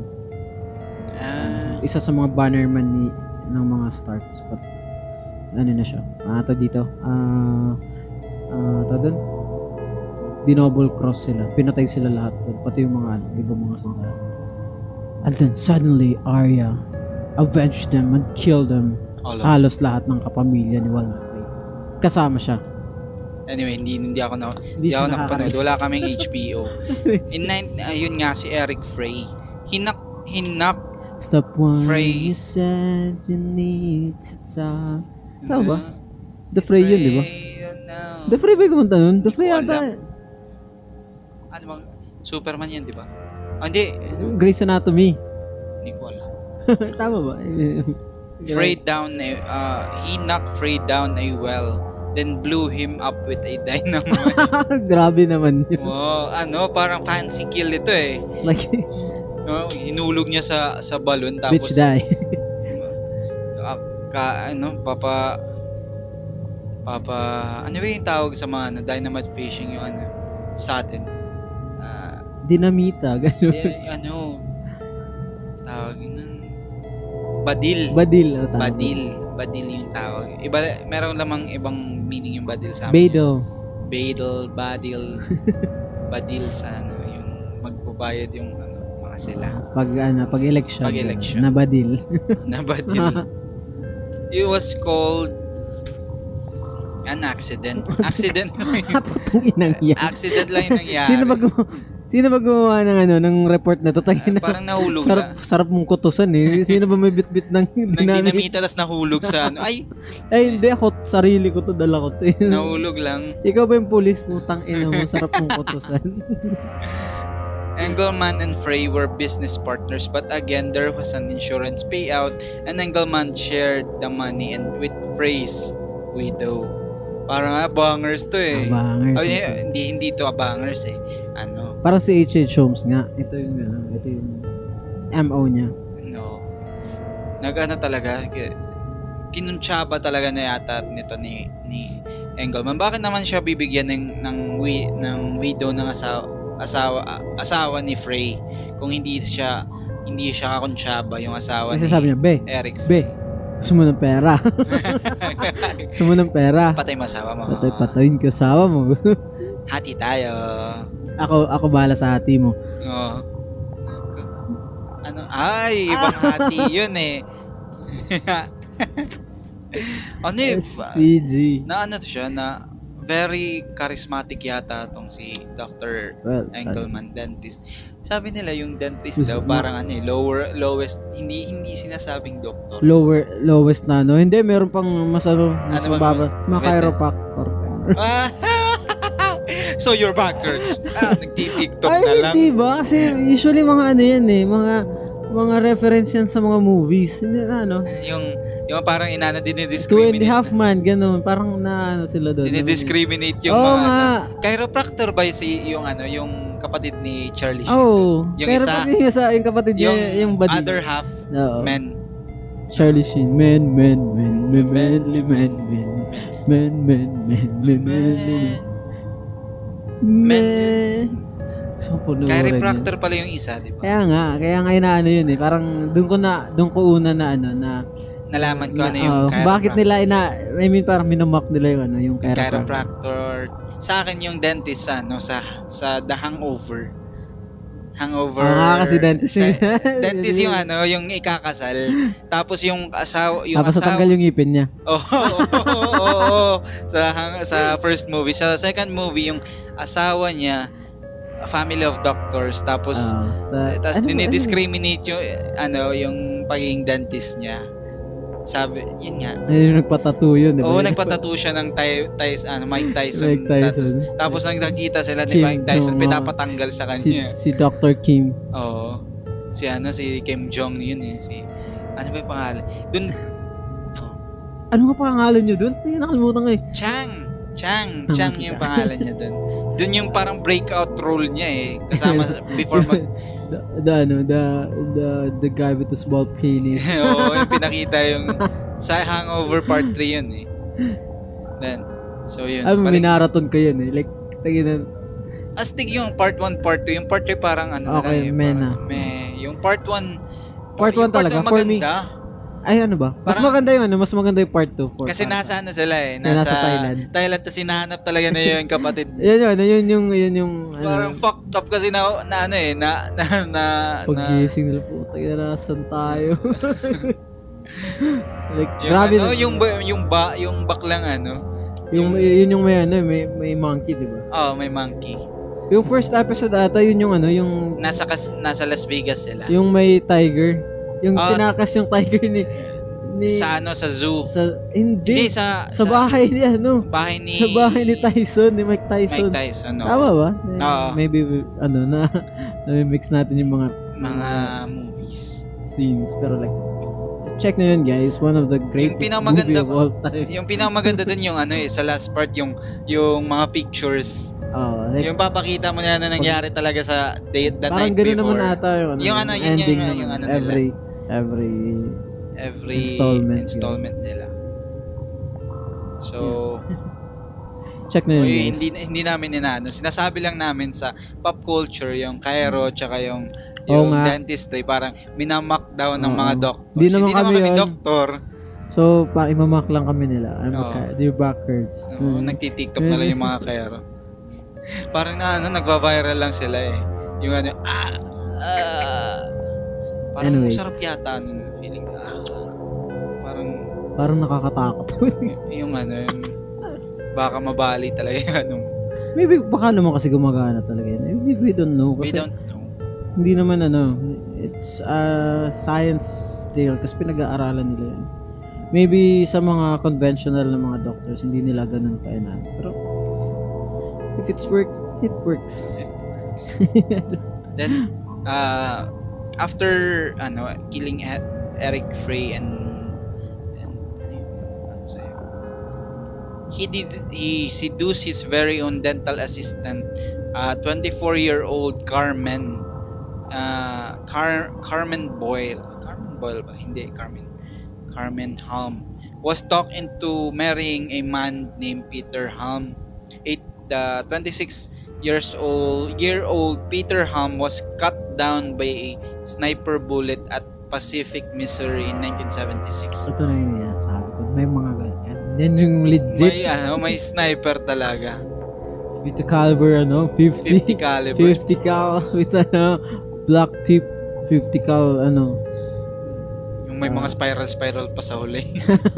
B: Ah,
A: Isa sa mga bannerman ni ng mga Starks. But, ano na siya? Ah, to dito. Ah, ah, to doon. Dinoble cross sila. Pinatay sila lahat doon. Pati yung mga ano, ibang mga sundalo. And then suddenly, Arya avenged them and killed them.
B: all of
A: Halos lahat ng kapamilya ni Walmart. Kasama siya.
B: Anyway, hindi, hindi ako na
A: Hindi
B: Hindi ako
A: siya
B: nakapanood.
A: nakakalimutan.
B: Wala kaming HBO. In nine, ayun nga si Eric Frey. Hinak hinak
A: Stop one
B: Frey.
A: you said you need to talk. Tama ba? The Frey yun, di ba? The
B: The
A: Frey ba yung kumanta nun? The
B: Hindi
A: Frey eh.
B: ko
A: ata.
B: Ano bang Superman yun, di ba? Ah, hindi. Ano?
A: Grey's Anatomy.
B: Hindi ko alam.
A: Tama ba?
B: Frey down a, uh, he knocked Frey down a well then blew him up with a dynamite.
A: Grabe naman yun.
B: wow, ano, parang fancy kill ito eh.
A: Like,
B: No, hinulog niya sa sa balon
A: bitch
B: tapos
A: die.
B: Ah, ka, ano, papa, papa, ano ba yung tawag sa mga ano, dynamite fishing yung ano, sa atin? Ah,
A: Dinamita, ganun.
B: eh, ano, tawag nun, badil.
A: Badil. oh, tama.
B: Badil. Badil yung tawag. Iba, meron lamang ibang meaning yung badil sa amin.
A: Bedo.
B: Badil, badil, badil sa ano, yung magbabayad yung ano, mga sila.
A: Pag, ano, pag election.
B: Pag-election.
A: Na badil.
B: na badil. It was called an accident. Accident
A: Putang inang yan.
B: accident lang yung nangyari.
A: Sino ba gumawa? Sino ba gumawa ng ano ng report na to? Tangina.
B: Ah, parang nahulog
A: sarap
B: na.
A: sarap mong kutusan eh. Sino ba may bitbit ng
B: Nang
A: dinamit?
B: dinamita tas nahulog sa ano. Ay,
A: Ay hindi ako sarili ko to dala ko to. eh.
B: nahulog lang.
A: Ikaw ba yung pulis? Putang ina mo, sarap mong kutusan.
B: Engelman and Frey were business partners but again there was an insurance payout and Engelman shared the money and with Frey's widow. Parang abangers to eh.
A: Abangers.
B: Ay, hindi, hindi to abangers eh. Ano?
A: Parang si H.H. Holmes nga. Ito yung, ano, ito yung MO niya.
B: No. Nag-ano talaga, ki- kinuntsaba talaga na yata nito ni ni Engelman. Bakit naman siya bibigyan ng ng wi, ng widow ng asawa asawa a- asawa ni Frey kung hindi siya hindi siya kakuntsaba yung asawa
A: Kasi
B: ni
A: sabi niya, Be,
B: Eric
A: Be,
B: Frey.
A: gusto mo ng pera. gusto mo ng pera.
B: patay mo asawa mo.
A: Patay, patayin ko asawa mo.
B: Hati tayo.
A: ako, ako bahala sa hati mo.
B: Oo. Ano?
A: Ah.
B: Ay, ibang hati yun eh. ano eh, fa-
A: CG.
B: eh, na ano to siya na very charismatic yata tong si Dr.
A: Well, uh,
B: Engelman dentist. Sabi nila yung dentist
A: Gusto
B: daw
A: mo-
B: parang ano eh, lower lowest hindi hindi sinasabing doktor.
A: lower, lowest na ano. Hindi, meron pang mas ano, mas
B: Ano bang-
A: mababa. Mga
B: Wait,
A: chiropractor.
B: Ah, so your back hurts. Ah, nagtitiktok
A: Ay,
B: na lang.
A: hindi ba? Kasi usually mga ano yan eh, mga mga reference yan sa mga movies. Hindi na ano.
B: Yung yung parang
A: Two and
B: inana
A: a half
B: dinidiscriminate.
A: man, ganun. Parang na ano sila doon.
B: Dinidiscriminate yung
A: Oo
B: mga ano.
A: nga.
B: Chiropractor ba yung si yung ano, yung kapatid ni Charlie Sheen?
A: Oo.
B: Yung
A: Yung Oh, Pero
B: isa-
A: pag yung isa, yung kapatid niya,
B: Yung,
A: yung buddy.
B: other half
A: Oo.
B: men.
A: Charlie Sheen. Men, men, men, men, men, men, men, men, men, men, men, men, men,
B: Men.
A: men. Gusto ko panuorin yun.
B: Chiropractor pala yung isa, di ba?
A: Kaya nga, kaya nga inaano yun eh. Parang doon ko na, doon ko una na ano na
B: Nalaman ko ano
A: na-
B: yung
A: oo,
B: chiropractor.
A: bakit nila ina I mean parang minomock nila yung ano yung chiropractor.
B: chiropractor. Sa akin yung dentist sa ano sa sa The Hangover. Hangover.
A: Ah, kasi dentist.
B: sa-
A: yun.
B: dentist yung ano, yung ikakasal. Tapos yung asawa, yung
A: Tapos
B: asawa.
A: natanggal yung ngipin niya.
B: Oo, oo, oo, oo, oo. Sa hang- sa first movie, sa second movie yung asawa niya a family of doctors tapos
A: Ah, ta-
B: tapos
A: ano ba-
B: dinidiscriminate yung ano yung pagiging dentist niya. Sabi, yun nga.
A: Ano, yun? Ayun, yung nagpatattoo yun.
B: Oo, nagpatattoo siya ng Ty, Ty, ano, Mike Tyson.
A: Ano Mike Tyson.
B: Tapos nang nakita sila ni
A: Kim
B: Mike Tyson,
A: Jong-un.
B: pinapatanggal sa
A: Si,
B: kanya.
A: si Dr. Kim.
B: Oo. Si ano, si Kim Jong yun eh. Si, ano ba yung pangalan? Dun,
A: Ano nga pangalan niyo doon? Ay, nakalimutan ko eh.
B: Chang. Chang.
A: Tama
B: Chang
A: si
B: yung
A: Chang.
B: pangalan niya dun. Dun yung parang breakout role niya eh. Kasama sa- before mag...
A: the, the, ano, the, the, the guy with the small penis.
B: Oo, yung pinakita yung... Sa Hangover Part 3 yun eh. Then, so yun.
A: Ay,
B: Balik-
A: minaraton ko yun eh. Like, tagin na,
B: Astig yung part 1, part 2. Yung part 3 parang ano
A: Okay,
B: na lang eh.
A: meh na.
B: parang meh. Yung part 1...
A: Part one talaga, for me. ay ano ba? Mas
B: Parang-
A: maganda yun, ano? mas maganda yung part 2. For
B: Kasi
A: part
B: nasa ano sila eh.
A: Na
B: Nasa,
A: nasa Thailand.
B: Thailand tapos hinahanap talaga na yun kapatid.
A: one. Yun yun, yun yung, yun yung, ano,
B: Parang fucked up kasi na, na ano eh. Na, na, na, na
A: pag-gising nila po, tagin na, saan tayo? like,
B: yung
A: grabe
B: ano,
A: na.
B: yung, ba- yung, ba, yung baklang ano.
A: Yung, yun yung may, ano, may, may monkey, di ba?
B: Oh, may monkey.
A: Yung first episode ata, yun yung ano, yung
B: Nasa, kas, nasa Las Vegas sila.
A: yung may tiger. Yung
B: Ah.
A: tinakas yung tiger ni ni
B: sa ano, sa zoo.
A: sa-
B: Hindi,
A: hindi,
B: sa,
A: sa, bahay ni ano,
B: bahay ni,
A: sa bahay ni Tyson, ni Mike
B: Mike
A: Tyson.
B: Tyson. no?
A: Tama ba?
B: Oo.
A: Maybe ano na na-mix natin yung mga
B: Mga movies.
A: scenes pero like check na yun guys, one of the greatest movie
B: pinakamaganda
A: of
B: ko-
A: all time.
B: Yung pinakamaganda dun yung ano eh, sa last part, yung, yung mga pictures.
A: Oo, like,
B: Yung papakita mo na na nangyari talaga sa date, the
A: parang
B: night
A: ganun naman
B: before.
A: ata yung ano,
B: Yung ano, yun yung-
A: ending
B: yung
A: naman,
B: ano nila.
A: every every
B: every
A: Installment,
B: installment, nila. So,
A: check na yun.
B: oy,
A: guys.
B: hindi hindi namin inaano. Sinasabi lang namin sa pop culture yung Cairo tsaka yung
A: Mm. Oo
B: yung
A: nga.
B: dentistry parang minamak daw ng
A: Oo.
B: mga doctors.
A: Hindi naman kami yun.
B: doktor.
A: So, pa imamak lang kami nila. I'm
B: Oo.
A: okay. Dear backwards. Hmm.
B: Oo, nagtitiktok na lang yung mga Cairo. parang na ano, nagva-viral lang sila eh. Yung ano, ah, ah. Parang
A: Anyways.
B: sarap yata nun. Feeling, ah, parang
A: Parang nakakatakot.
B: Y- yung ano, yung baka mabali talaga yung ano. anong,
A: Maybe baka naman kasi gumagana talaga yun. Eh, We, we don't know.
B: we
A: Kasi
B: don't know.
A: hindi naman ano. It's uh, science still. Kasi pinag-aaralan nila yun. Maybe sa mga conventional na mga doctors, hindi nila ganun pa inan. Pero if it's work, it works.
B: Then, uh, after, ano, killing E- Eric Frey and, and ano yun? ano sa'yo? He did, he seduced his very own dental assistant, uh, 24-year-old Carmen, uh, Car- Carmen Boyle. Carmen Boyle ba? Hindi, Carmen. Carmen Halm was talked into marrying a man named Peter Halm. It, the 26 years old year old Peter Halm was cut down by a sniper bullet at Pacific, Missouri in 1976.
A: Ito na yun yan. Sabi ko, may mga ganyan. Yan yung legit.
B: May ano, may sniper talaga.
A: With the caliber, ano, 50.
B: 50 caliber.
A: 50 cal with ano, black tip, 50 cal ano.
B: Yung may mga spiral spiral pa sa huli.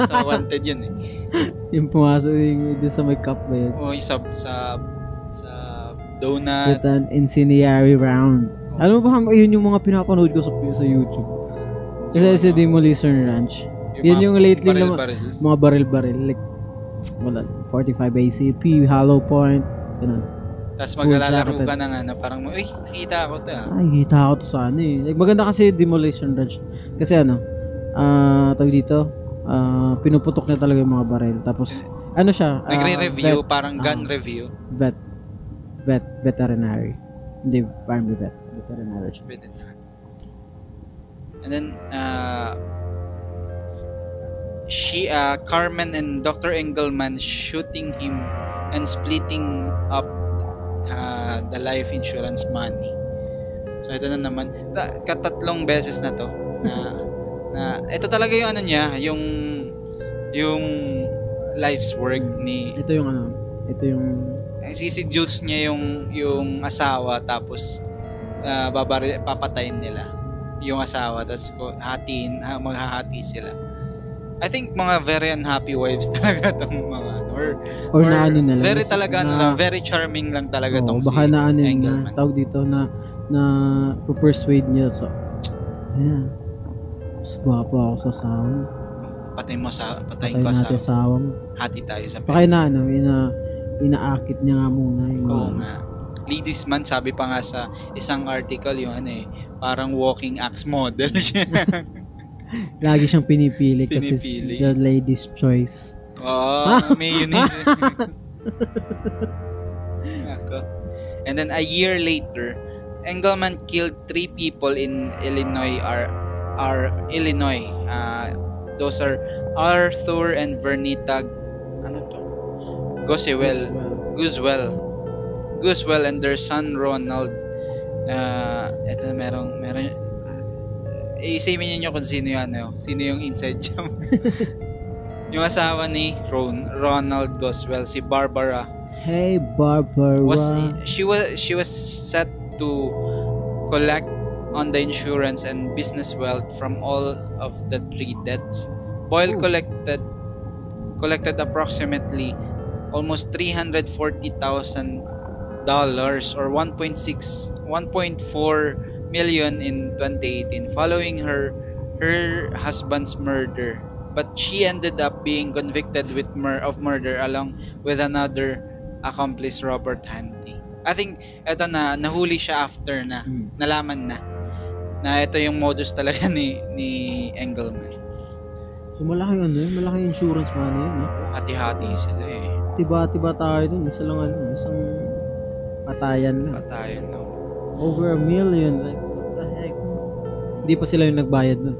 B: sa wanted yun eh.
A: Yung pumasok yung doon sa may cup na yun.
B: O, yung sa, sa, sa
A: With
B: donut.
A: an incendiary round. Alam mo ba, hang- yun yung mga pinapanood ko sa, sa YouTube. Kasi sa Demo Listener Ranch. yun
B: ano, mga
A: yung lately
B: baril,
A: naman-
B: baril.
A: Mga baril-baril. Like, wala. 45 ACP, hollow point. Ganun.
B: Tapos
A: Full
B: maglalaro
A: jacket.
B: ka ng ano, parang, uy, nakita ako to ah.
A: Ay, hita ako to sana eh. Like, maganda kasi Demolition Ranch. Kasi ano, ah, tawag dito, ah, pinuputok na talaga yung mga baril. Tapos, ano siya? ah,
B: Nagre-review, parang
A: Ah.
B: gun review.
A: Vet, vet, vet, veterinary. Hindi, army vet. Veterinary siya.
B: Pwede na. And then, uh, she, uh, Carmen and Dr. Engelman shooting him and splitting up uh, the life insurance money. So, ito na naman. Ta- katatlong beses na to. Na, na, ito talaga yung ano niya, yung, yung life's work ni
A: Ito yung ano, ito yung,
B: seduce niya yung yung asawa tapos ah, babari, papatayin nila yung asawa tapos ko hatiin ha, maghahati sila I think mga very unhappy wives talaga tong mga ano, or,
A: or, na ano na lang.
B: very
A: mas-
B: talaga ano lang, very charming lang talaga
A: oo,
B: tong
A: baka
B: si
A: na ano yun, na,
B: Engelman.
A: tawag dito, na, na, persuade niya. So, ayan. Mas gwapo ako sa asawa. mo.
B: patay mo sa patayin
A: Patayin
B: ko sa
A: natin asawa mo.
B: hati tayo sa
A: Baka na ano, ina, inaakit niya nga muna yung
B: Oo
A: mga-
B: nga. Ladies man, sabi pa nga sa isang article yung ano eh, parang walking axe model siya.
A: Lagi siyang pinipili kasi
B: Pinipili.
A: it's the lady's choice.
B: Oo, may yun eh. Ako. And then a year later, Engelman killed three people in Illinois are are Illinois. Uh, those are Arthur and Vernita ano to? Gosewell. Guzwell. Guzwell and their son Ronald. Uh, eto na merong, meron, isipin niyo kung sino yan, ano, sino yung inside job. yung asawa ni Ron, Ronald Goswell, si Barbara,
A: Hey, Barbara.
B: was, she was, she was set to collect on the insurance and business wealth from all of the three deaths. Boyle
A: Ooh.
B: collected collected approximately almost 340,000 dollars or 1.6 1.4 million in 2018 following her her husband's murder but she ended up being convicted with mur- of murder along with another accomplice Robert Hanty I think eto na nahuli siya after na
A: Hmm.
B: nalaman na na ito yung modus talaga ni ni Engelman.
A: So malaking ano yun, malaking insurance money yun. Eh.
B: Hati-hati sila eh.
A: Tiba-tiba tayo dun, isa lang ano, isang patayan na.
B: Patayan na.
A: Over a million, like what the heck. Hindi pa sila yung nagbayad nun.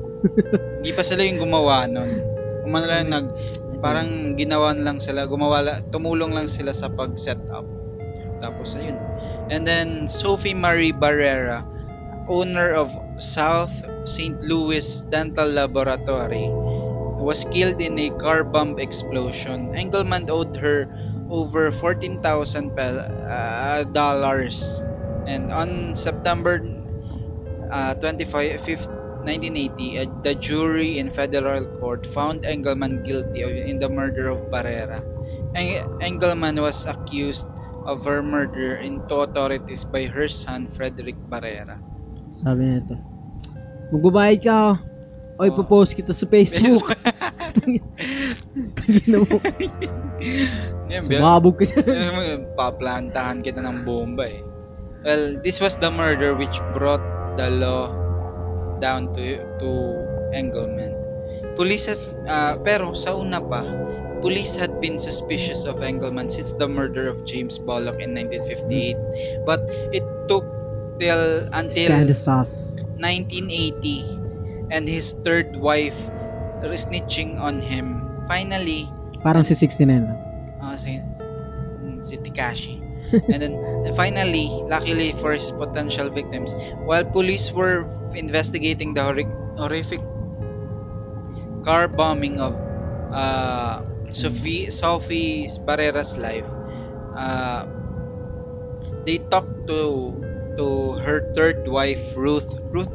B: Hindi pa sila yung gumawa nun. Umano lang nag parang ginawan lang sila, gumawa la- tumulong lang sila sa pag-set up. Tapos ayun. And then Sophie Marie Barrera, owner of South St. Louis Dental Laboratory, was killed in a car bomb explosion. Engelman owed her over 14,000 pe- uh, dollars. And on September uh, 25, 1980, uh, the jury in federal court found Engelman guilty of, in the murder of Barrera. Eng- Engelman was accused of her murder into authorities by her son, Frederick Barrera.
A: Sabi niya ito. Magbabayad ka oh. Oy,
B: Oh.
A: popost kita sa Facebook. Tangina mo.
B: Yan, Bel.
A: Sumabog ka siya.
B: Paplantahan kita ng bomba eh. Well, this was the murder which brought the law down to to Engelman. Police has, ah, pero sa una pa, police had been suspicious of Engelman since the murder of James Bollock in 1958. But it took till until
A: Kinda sus.
B: 1980 and his third wife snitching on him. Finally,
A: Parang si 69. ah.
B: Ah, si, mm, si Takashi. and then finally, luckily for his potential victims, while police were investigating the horri- horrific car bombing of uh, Sophie Sophie Barrera's life, uh, they talked to to her third wife Ruth. Ruth,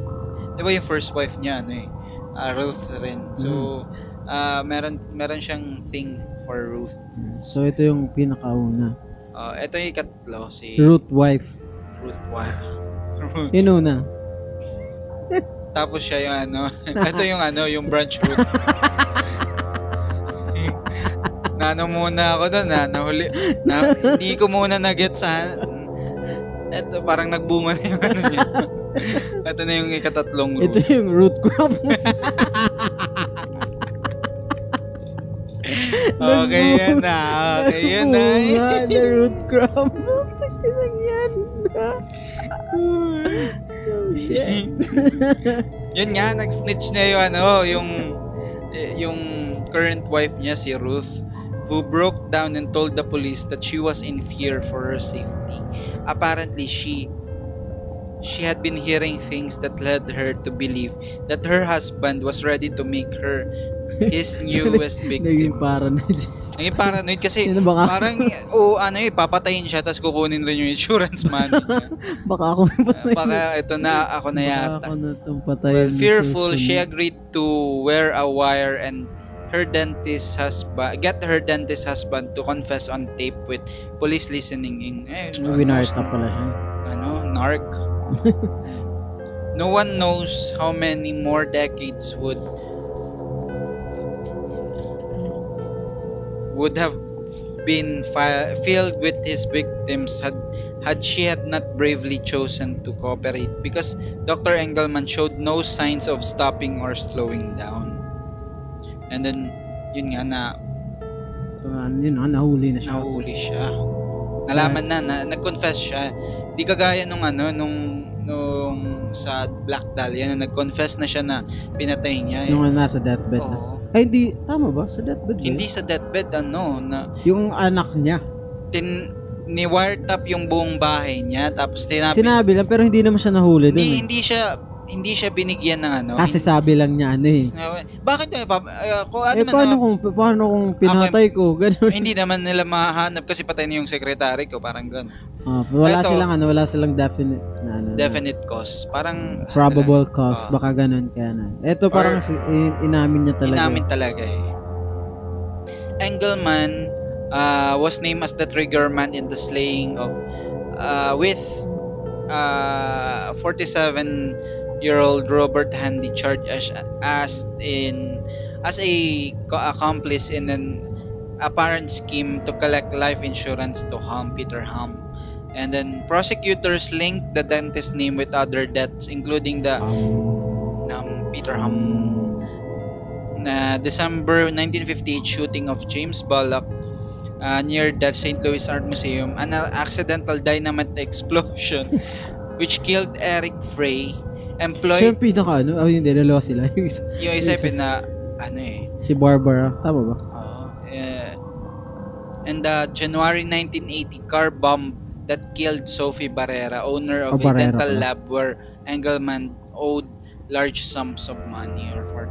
B: di ba yung first wife niya ano eh? Ah, Ruth rin. So, ah meron meron siyang thing for for Ruth.
A: So ito yung pinakauna.
B: Uh, ito yung ikatlo, si
A: Root wife.
B: Ruth Wine. Ruth.
A: Yun una.
B: Tapos siya yung ano, ito yung ano, yung branch root. Nano muna ako doon, na, nahuli, na, hindi ko muna nag-get sa, eto, parang nagbunga na yung ano niya. ito na yung ikatatlong root.
A: Ito yung root crop.
B: okay, yan na. Okay, yan na.
A: Bunga na root crop. Bakit nangyari na? Oh, shit.
B: Yun nga, nag-snitch na yung ano, yung, eh, yung current wife niya, si Ruth, who broke down and told the police that she was in fear for her safety. Apparently, she she had been hearing things that led her to believe that her husband was ready to make her his newest
A: Naging
B: victim.
A: paranoid.
B: Naging paranoid kasi
A: Sino baka,
B: parang o ano eh papatayin siya tapos kukunin rin yung insurance money niya.
A: baka ako may patay.
B: Baka ito na ako na yata.
A: Baka ako na itong patay.
B: Well, fearful, she agreed to wear a wire and her dentist husband get her dentist husband to confess on tape with police listening in. Eh, ano,
A: Winarta pala siya.
B: Ano, narc. no one knows how many more decades would would have been fi- filled with his victims had had she had not bravely chosen to cooperate because Dr. Engelman showed no signs of stopping or slowing down. And then yun nga na
A: So, ano yun, ah, nahuli na siya.
B: Nahuli siya. Nalaman na, na nag-confess siya. Di kagaya nung ano, nung, nung sa Black Dahlia na nag-confess na siya na pinatay niya. Eh.
A: Yung ano, nasa deathbed na.
B: Oo.
A: Ay, hindi. Tama ba? Sa deathbed ba yun?
B: Hindi sa deathbed, ano, na
A: Yung anak niya.
B: tin, ni-wiretap yung buong bahay niya tapos tinabi.
A: Sinabi lang, pero hindi naman siya nahuli dun.
B: hindi,
A: eh.
B: hindi siya, hindi siya binigyan ng ano.
A: Kasi sabi lang niya ano eh.
B: Sinabi, Bakit ba? pap- eh, kung ano
A: Eh,
B: man
A: paano
B: naman-
A: kung, paano kung pinatay ko? Ganun.
B: hindi naman nila mahanap kasi patay na yung secretary ko, parang ganun.
A: Ah, wala
B: Eto.
A: silang ano, wala silang definite na ano.
B: Definite cause. Parang,
A: Probable cause.
B: Ah.
A: Baka ganun kaya na. Ito
B: Or-
A: parang si- in- inamin niya talaga.
B: Inamin talaga eh. Engelman uh, was named as the trigger man in the slaying of uh, with uh, 47-year-old Robert Handy charged as, as in as a co- accomplice in an apparent scheme to collect life insurance to harm Peter Ham. And then prosecutors linked the dentist's name with other deaths including
A: Ah.
B: the ng Peter Ham na December 1958 shooting of James Bullock uh, near the St. Louis Art Museum an accidental dynamite explosion which killed Eric Frey
A: Siya
B: employed
A: yung pinaka ano. Oh, hindi. Dalawa sila. Yung isa-
B: yung isa na ano eh
A: si Barbara. Tama ba?
B: Oo. Eh, and the January 1980 car bomb that killed Sophie Barrera, owner
A: Oh,
B: of
A: Barrera
B: a dental
A: pala.
B: lab where Engelman owed large sums of money or for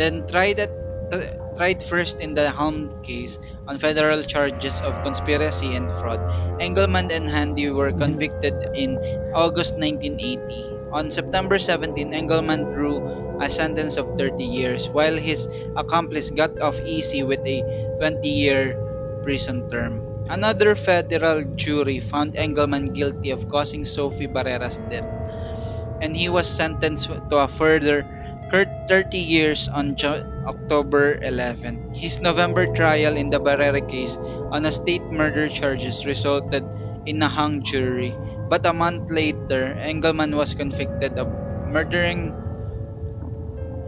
B: then tried at t- tried first in the Helm case on federal charges of conspiracy and fraud. Engelman and Handy were convicted in August 1980. On September 17, Engelman drew a sentence of 30 years while his accomplice got off easy with a 20-year prison term. Another federal jury found Engelman guilty of causing Sophie Barrera's death, and he was sentenced to a further cur- 30 years on Jo- October 11. His November trial in the Barrera case on a state murder charges resulted in a hung jury, but a month later, Engelman was convicted of murdering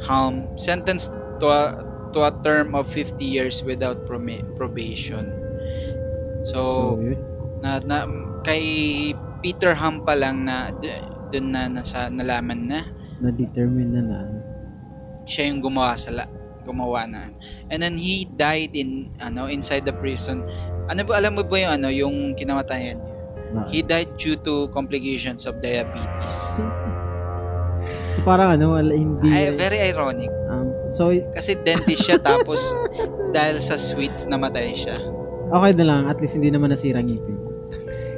B: Helm, sentenced to a to a term of 50 years without promi- probation. So,
A: yun.
B: na, na kay Peter Ham pa lang na d- dun na nasa nalaman na
A: Na-determine na na. ano.
B: siya yung gumawa sa la, gumawa na. And then he died in ano inside the prison. Ano ba alam mo ba yung ano yung kinamatayan niya?
A: Na-
B: He died due to complications of diabetes.
A: So, parang ano, wala, hindi.
B: Ay, very ironic
A: um, so,
B: kasi dentist siya tapos dahil sa sweets namatay siya.
A: okay na lang. At least hindi naman nasira ang ngipin.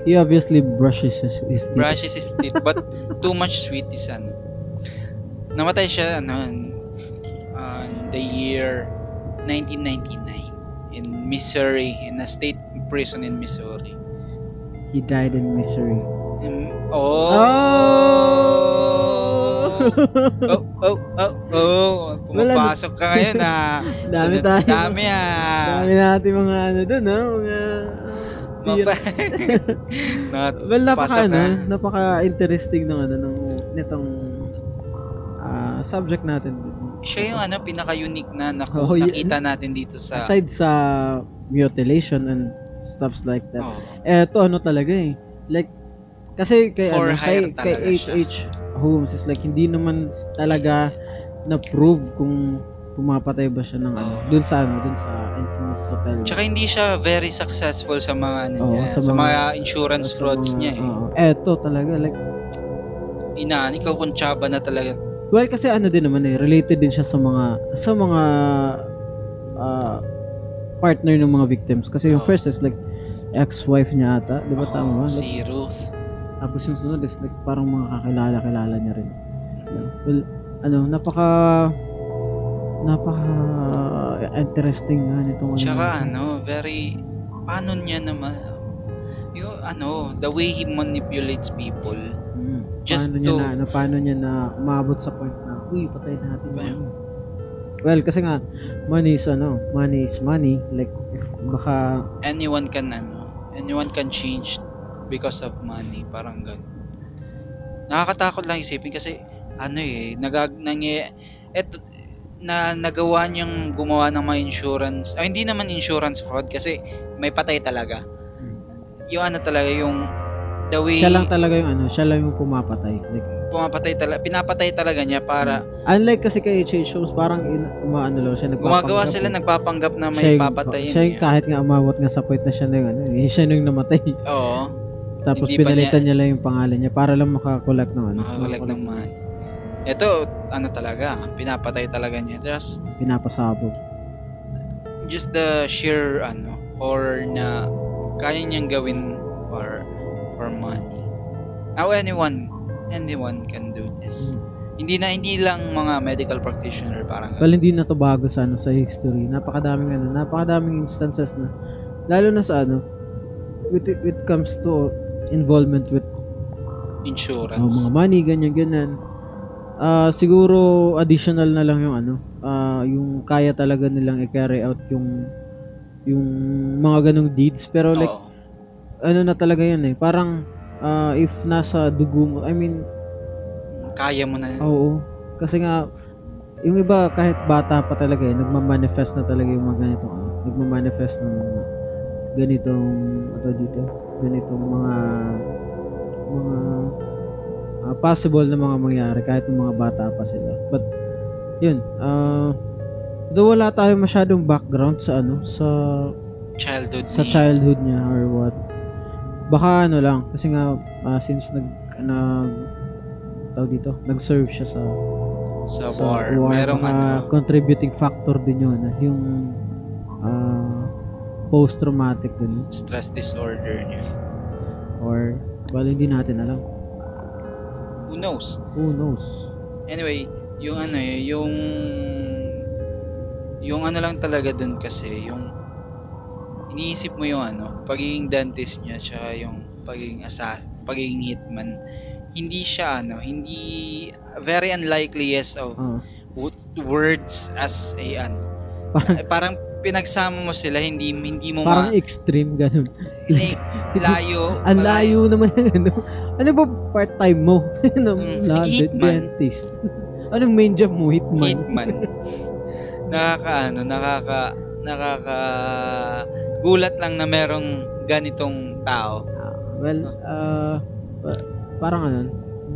A: He obviously brushes his, his teeth.
B: brushes his teeth but too much sweet is ano. Namatay siya ano uh, in the year 1999. in Missouri, in a state prison in Missouri.
A: He died in misery.
B: Mm, oh!
A: Oh!
B: Oh, oh, oh, oh!
A: Wala na-
B: Pumapasok ka ngayon ah!
A: dami
B: Sunod-
A: tayo.
B: Dami ah!
A: Dami natin mga ano dun, no? Mga...
B: Mapa- Not
A: well, napaka,
B: Pasok
A: ano,
B: na.
A: napaka-interesting ng ano, ng, nitong ah, subject natin.
B: siya yung ano pinaka-unique na naku-
A: Oh, yun.
B: nakita natin dito sa
A: Aside sa mutilation and stuffs like that.
B: oh,
A: Eh, ito ano talaga eh. Like, kasi kay,
B: For
A: ano, kay,
B: hire
A: kay
B: talaga siya.
A: H.H. Holmes is like, hindi naman talaga na-prove kung pumapatay ba siya ng ano.
B: Oo.
A: Dun sa ano, dun sa infamous hotel.
B: Oh. Tsaka hindi siya very successful sa mga ano
A: Oo,
B: niya,
A: Oh, sa
B: sa,
A: mga-
B: mga, insurance
A: Sa mga- oh.
B: frauds niya eh.
A: oo. Eto talaga, like,
B: Inaan, ikaw kung tsaba na talaga.
A: well, kasi ano din naman eh, related din siya sa mga, sa mga, ah, partner ng mga victims. Kasi yung
B: Oo.
A: first is like, ex-wife niya ata. Di ba
B: Oo,
A: tama ba? Like,
B: Oh, Si Ruth.
A: Tapos yung sunod is like parang mga kakilala-kilala niya rin. Well, ano, napaka napaka interesting nga nitong ano.
B: Tsaka ano, very paano niya naman yung ano, the way he manipulates people.
A: Mm.
B: just
A: paano niya
B: to-
A: na, ano, paano niya na umabot sa point na, uy, patay natin ba
B: Ba-
A: Well, kasi nga, money is ano, money is money. Like, if baka,
B: Anyone can ano, anyone can change because of money, parang ganun. Nakakatakot lang isipin kasi ano eh, nagag nangy eto na nagawa niyang gumawa ng mga insurance. Ay, hindi naman insurance fraud kasi may patay talaga. Yung ano talaga yung the
A: Hmm.
B: way
A: siya lang talaga yung ano, siya lang yung pumapatay. Like,
B: pumapatay talaga, pinapatay talaga niya para
A: unlike kasi kay H.H. shows, parang in, umaano lang siya. nagpapanggap
B: Gumagawa sila,
A: eh.
B: nagpapanggap na
A: Siya
B: may
A: yung-
B: papatayin.
A: Siya yung
B: eh.
A: kahit nga umabot nga sa point na siya na yung, ano, eh, siya na yung namatay.
B: Oo,
A: Tapos
B: Hindi pa
A: pinalitan niya. lang yung pangalan niya para lang makakolek ng ano.
B: makakolek ng man. Ito, ano talaga, pinapatay talaga niya. Just,
A: Pinapasabog.
B: just the sheer, ano, horror na kaya niyang gawin for, for money. Now, anyone, anyone can do this. Hindi na, hindi lang mga medical practitioner, parang
A: Hmm. Well, hindi na to bago sa ano sa history. Napakadaming ano, napakadaming instances na lalo na sa ano with it, it comes to involvement with uh, mga
B: insurance.
A: money ganyan ganyan. Ah siguro additional na lang yung ano, ah yung kaya talaga nilang i-carry out yung yung mga ganong deeds pero like
B: Oo. Oh.
A: ano na talaga yun eh. Parang ah, if nasa dugo mo, I mean
B: kaya mo na.
A: Oo. Kasi nga, yung iba kahit bata pa talaga eh, nagmamanifest na talaga yung mga ganito. ano. Nagmamanifest ng mga ganitong, ato dito, ganitong mga, mga ah, possible na mga mangyari kahit ng mga bata pa sila. But, yun, ah, though wala tayo masyadong background sa ano, sa,
B: childhood
A: sa
B: ni-
A: childhood niya or what. Baka ano lang, kasi nga, ah, since nag, nag, tawag dito, nag-serve siya sa
B: sa
A: sa
B: war. Merong
A: mga
B: ano,
A: contributing factor din yun. ah, Yung ah, post-traumatic din.
B: stress disorder niya.
A: Or, well, hindi natin alam.
B: Who knows?
A: Who knows?
B: Anyway, yung ano eh, yung yung ano lang talaga dun kasi yung iniisip mo yung ano, pagiging dentist niya tsaka yung pagiging asa, pagiging hitman. Hindi siya ano, hindi very unlikely yes of
A: Ah,
B: wo- words as a ano.
A: Parang-
B: Eh, parang pinagsama mo sila hindi hindi mo
A: parang
B: ma
A: extreme ganun.
B: hindi, layo
A: Ang
B: malayo.
A: layo naman ano. Ano ba part-time mo? ano,
B: Mm,
A: lahat,
B: hitman.
A: dentist. Anong main job mo? Hitman.
B: Hitman. nakakaano, nakaka nakaka gulat lang na merong ganitong tao.
A: Ah, well, ah, pa- parang ano,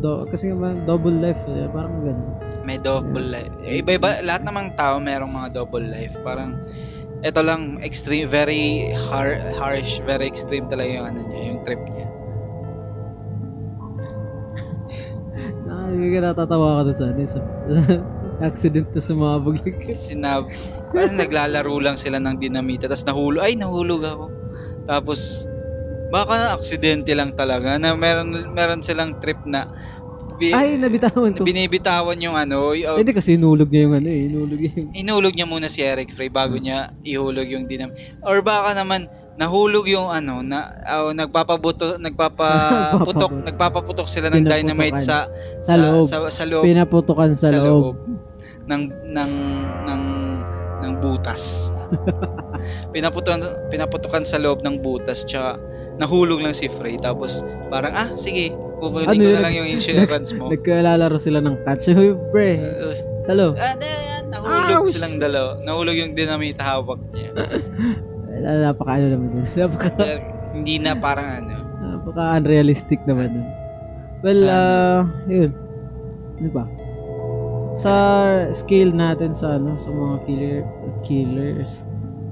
A: do, kasi nga parang double life, eh, parang ganun.
B: May double life. Iba-iba lahat namang tao merong mga double life. Parang ito lang extreme very har- harsh, very extreme talaga yung ano niya, yung trip niya.
A: Ah, hindi ka natatawa ka dun sa ano, sa accident na sumabog yung
B: Sinab parang naglalaro lang sila ng dinamita tapos nahulog. Ay, nahulog ako. Tapos baka aksidente lang talaga na meron meron silang trip na bi-
A: Ay, nabitawan ko.
B: binibitawan yung ano, y- oh,
A: Hindi kasi inulog niya yung ano eh. Inulog niya yung...
B: inulog niya muna si Eric Frey bago niya ihulog yung dinam. Or baka naman nahulog yung ano na oh, nagpapabuto nagpapaputok
A: Nagpapaputok.
B: nagpapaputok sila ng dynamite sa
A: ano, Sa loob.
B: sa, sa loob
A: Pinaputukan sa, loob.
B: ng ng ng ng butas. pinaputukan pinaputukan sa loob ng butas tsaka nahulog lang si Frey tapos parang ah sige kukunin
A: Ano
B: ko
A: yun?
B: na lang yung insurance mo.
A: Nagkalalaro sila ng catch. Uy, bre.
B: Uh,
A: Sa loob.
B: ah, na- ah, nahulog
A: Ouch!
B: silang dalaw. Nahulog yung dinamite hawak niya.
A: Ah, Napaka ano naman dun. Napaka,
B: Kaya hindi na parang ano.
A: napaka unrealistic naman dun. Well,
B: Sana.
A: ah, yun. Ano ba? Sa scale natin sa ano, sa mga killer, killers.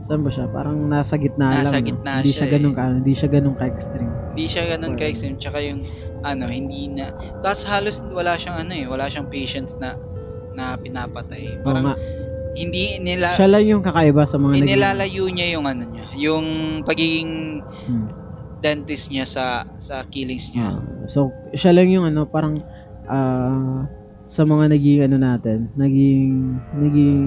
A: Saan ba siya? Parang nasa gitna lang.
B: Nasa
A: no?
B: gitna
A: hindi
B: siya
A: siya ganun
B: eh.
A: ka, hindi siya ganun ka-extreme.
B: Hindi siya ganun ka-extreme. Tsaka yung ano, hindi na. Tapos halos wala siyang ano eh. Wala siyang patience na na
A: Oo
B: pinapatay.
A: nga.
B: Parang hindi nila
A: siya lang yung kakaiba sa mga naging-
B: inilalayo niya yung ano niya, yung pagiging
A: Hmm.
B: dentist niya sa sa killings niya.
A: Ah, so, siya lang yung ano, parang ah, sa mga naging ano natin, naging, naging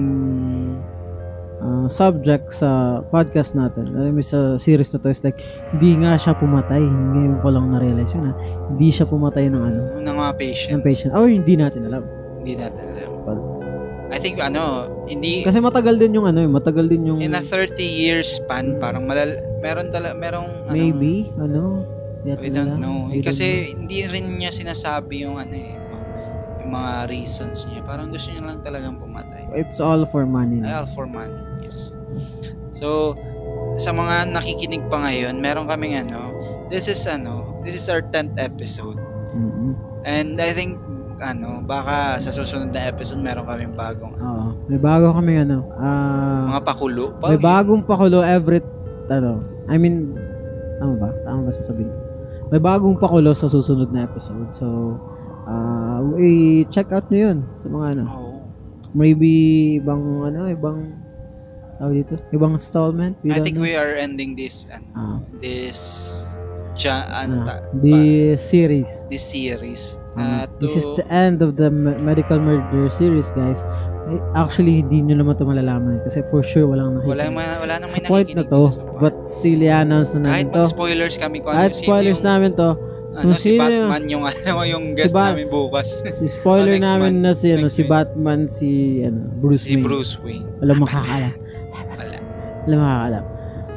A: ah, subject sa podcast natin. Alam mo, sa series na to, is like, hindi nga siya pumatay. Ngayon ko lang na-realize yun, ha? Hindi siya pumatay ng ano,
B: Ng mga patients.
A: ng patient. Or hindi natin alam.
B: Hindi natin alam.
A: Pal-
B: I think ano, hindi
A: Kasi matagal din yung ano, eh, matagal din yung,
B: in a 30 years span parang malal meron tala merong ano,
A: maybe, ano, hindi natin
B: we don't
A: alam.
B: know.
A: We don't know.
B: Kasi hindi rin niya sinasabi yung ano eh, yung mga reasons niya. Parang gusto niya lang talagang pumatay.
A: it's all for money.
B: All for money, yes. So, sa mga nakikinig pa ngayon, meron kaming ano, this is ano, this is our 10th episode.
A: Mm-mm.
B: And I think, ano, baka sa susunod na episode, meron kaming bagong
A: Oo. May bago kami ano, ah,
B: mga pakulo.
A: May bagong pakulo every ano, I mean tama ba? Tama ba sasabihin? ko? May bagong pakulo sa susunod na episode. So ah i-check out niyo 'yun sa mga ano.
B: Oo.
A: Maybe ibang ano, ibang tawag dito, ibang installment. We
B: I
A: don't
B: think
A: know.
B: we are ending this, ano,
A: Ah,
B: this, cha, ano,
A: ah,
B: ta-
A: the series.
B: this series.
A: Ah,
B: na Uh, to,
A: this is the end of the me- medical murder series, guys. Eh, Actually, hindi nyo naman ito malalaman kasi for sure walang nakikita.
B: wala, naman- wala naman
A: sa point na
B: nakikinig
A: to,
B: dito sa part.
A: but still i-announce na
B: kahit
A: namin to.
B: mag-spoilers kami kung
A: Kahit
B: ano, sino
A: spoilers
B: yung-
A: namin to,
B: ano,
A: Kung
B: si
A: sino yung-
B: Batman yung ano yung guest
A: Bat-
B: namin bukas.
A: si spoiler
B: Oh, next
A: namin
B: month.
A: na si, ano,
B: Next
A: si
B: week.
A: Batman, si ano, Bruce
B: si
A: Wayne.
B: Bruce Wayne.
A: Alam makakala.
B: Wala.
A: Alam makakala.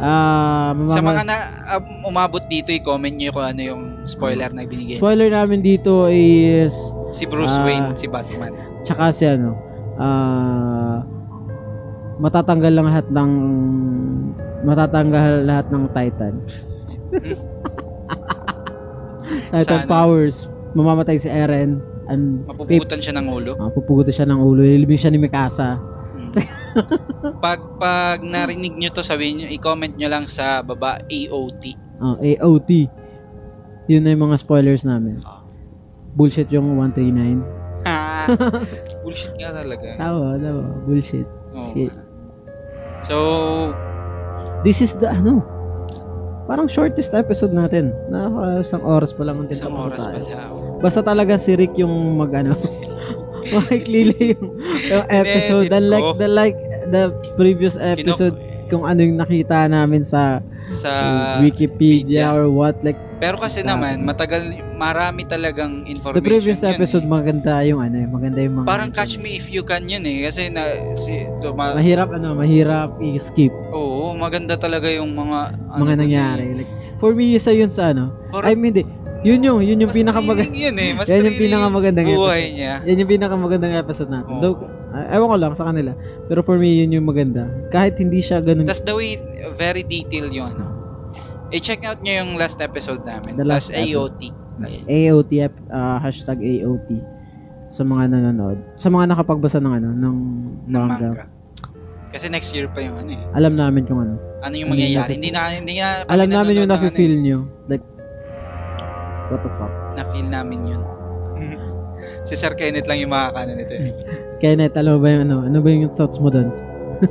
A: Ah,
B: Sa
A: mamama-
B: mga na um, umabot dito, i-comment niyo kung ano yung spoiler na binigay.
A: spoiler namin dito is
B: Si Bruce
A: Ah.
B: Wayne, si Batman.
A: tsaka si ano, ah, matatanggal lang lahat ng matatanggal lahat ng Titan. Titan
B: Sana.
A: powers. Mamamatay si Eren and
B: Mapuputan siya ng ulo.
A: ah, pupugutin siya ng ulo. Ililibing siya ni Mikasa.
B: Mm. pag pag narinig niyo to, sabihin niyo, i-comment niyo lang sa baba AOT.
A: Ah, AOT. Yun na yung mga spoilers namin.
B: Ah.
A: Bullshit yung 139.
B: Ha! Bullshit nga talaga.
A: Tawa, tawa. Bullshit.
B: Oo.
A: Ah, Shit.
B: So,
A: This is the ano. Parang shortest episode natin. Na ah, isang oras pa lang ang
B: isang
A: tinatapos
B: oras
A: tayo.
B: pala.
A: Basta talaga si Rick yung mag ano. Makiklili yung, yung episode.
B: Inedit
A: Unlike
B: ko.
A: the like the previous episode
B: Kinok-
A: kung ano yung nakita namin sa
B: sa
A: Wikipedia
B: media.
A: or what like
B: Pero kasi naman, matagal, marami talagang
A: the
B: information.
A: previous
B: yun eh.
A: episode maganda yung ano eh, maganda yung mga
B: Parang catch me if you can yun eh. Kasi na, si, to, ma-
A: mahirap ano mahirap i-skip
B: oo, maganda talaga yung mga... ano
A: mga
B: dun
A: nangyari.
B: eh.
A: Like, for me, isa yun sa ano. I
B: Parang-
A: mean, hindi. Yun yung, yun yung
B: mas
A: pinakamagandang,
B: thrilling yun eh. Mas
A: Yan yung
B: thrilling
A: pinakamagandang
B: buhay niya.
A: yan yung pinakamagandang episode natin.
B: Oo.
A: Though, uh, ewan ko lang sa kanila. Pero for me, yun yung maganda. Kahit hindi siya ganun.
B: Tapos the way, very detailed yung ano. I-check out nyo yung last episode namin.
A: The last
B: Last AOT. Ayun.
A: AOT, ep- ah, hashtag AOT sa mga nanonood. Sa mga nakapagbasa ng ano, ng
B: ng
A: manga.
B: manga. Kasi next year pa yung ano eh.
A: Alam namin kung ano.
B: Ano
A: Ano
B: yung
A: yung
B: mangyayari.
A: napi-
B: Hindi na, hindi na.
A: Alam namin yung
B: nafe-feel
A: nafe-feel nyo. Like, what the fuck.
B: Na-feel namin yun. si Sir Kenneth lang yung makakano nito eh.
A: Kenneth, alam mo ba yung ano? Ano ba yung thoughts mo doon?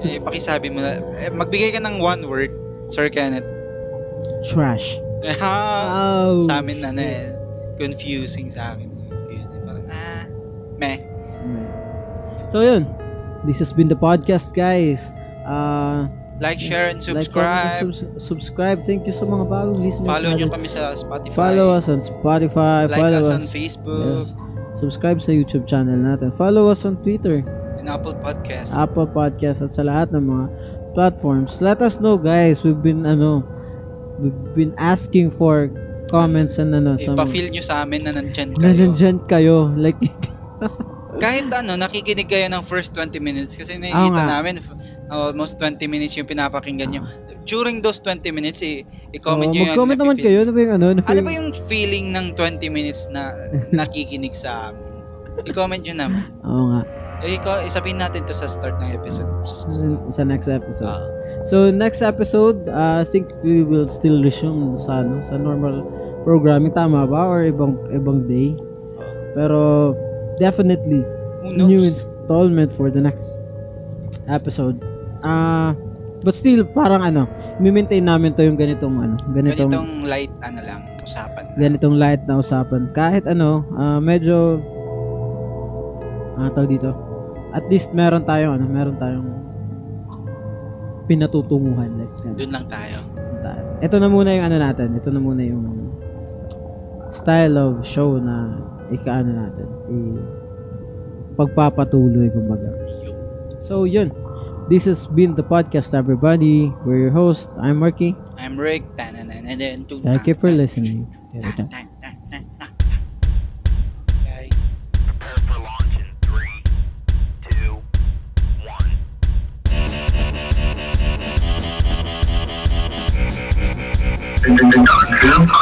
B: eh, pakisabi mo na. Eh, magbigay ka ng one word, Sir Kenneth.
A: Trash.
B: Eh, ha?
A: Oh.
B: sa amin, ano eh, confusing sa akin. Confusing. Parang,
A: So yun, this has been the podcast guys. Uh,
B: Like, share, and
A: like, comment,
B: subscribe.
A: and subs- subscribe. Thank you sa mga bagong listeners.
B: Follow nyo
A: natin.
B: kami sa Spotify.
A: Follow us on Spotify.
B: like
A: follow
B: us on
A: Yes.
B: Facebook
A: Subscribe sa YouTube channel natin. Follow us on Twitter,
B: and Apple Podcast.
A: Apple Podcast at sa lahat ng mga platforms. Let us know guys, we've been ano, we've been asking for comments and ano sa mga-
B: Ipa-feel nyo sa amin na
A: na
B: nandyan kayo.
A: nandyan kayo. Like,
B: Kahit ano, nakikinig kayo ng first 20 minutes kasi
A: Oo
B: nakikita
A: nga.
B: namin f- almost 20 minutes yung pinapakinggan nyo. During those 20 minutes, i- i-comment
A: oh,
B: nyo yun.
A: mag-comment naman kayo. Ano ba yung ano? Ano,
B: Ano ba yung feeling ng 20 minutes na nakikinig sa amin? I-comment nyo naman.
A: Oo nga.
B: Eh, Iko, isabihin natin to sa start ng episode.
A: Mm.
B: Sa- sa-
A: Sa next episode.
B: Ah,
A: So next episode, uh, I think we will still resume sa ano, sa normal programming tama ba or ibang ibang day.
B: ah.
A: Pero definitely
B: who
A: new
B: knows?
A: installment for the next episode. Ah but still parang ano, mi-maintain namin to yung ganitong ano, ganitong ganitong,
B: Ganitong light, ano lang, usapan. lang.
A: light na usapan. Kahit ano, ah, medyo ah tawag dito. At least meron tayong ano, meron tayong pinatutunguhan like ganun.
B: Doon lang tayo.
A: tayo. Ito na muna yung ano natin. Ito na muna yung style of show na ikaano natin. I pagpapatuloy kumbaga. So yun. This has been the podcast everybody. We're your host. I'm Marky.
B: I'm Rick. Tananan, and then to-
A: Thank you for
B: tan-
A: listening.
B: tan- tan- tan- tan- tan. Okay.
C: Prepare for launch in three, two, one. The Dark Room Podcast.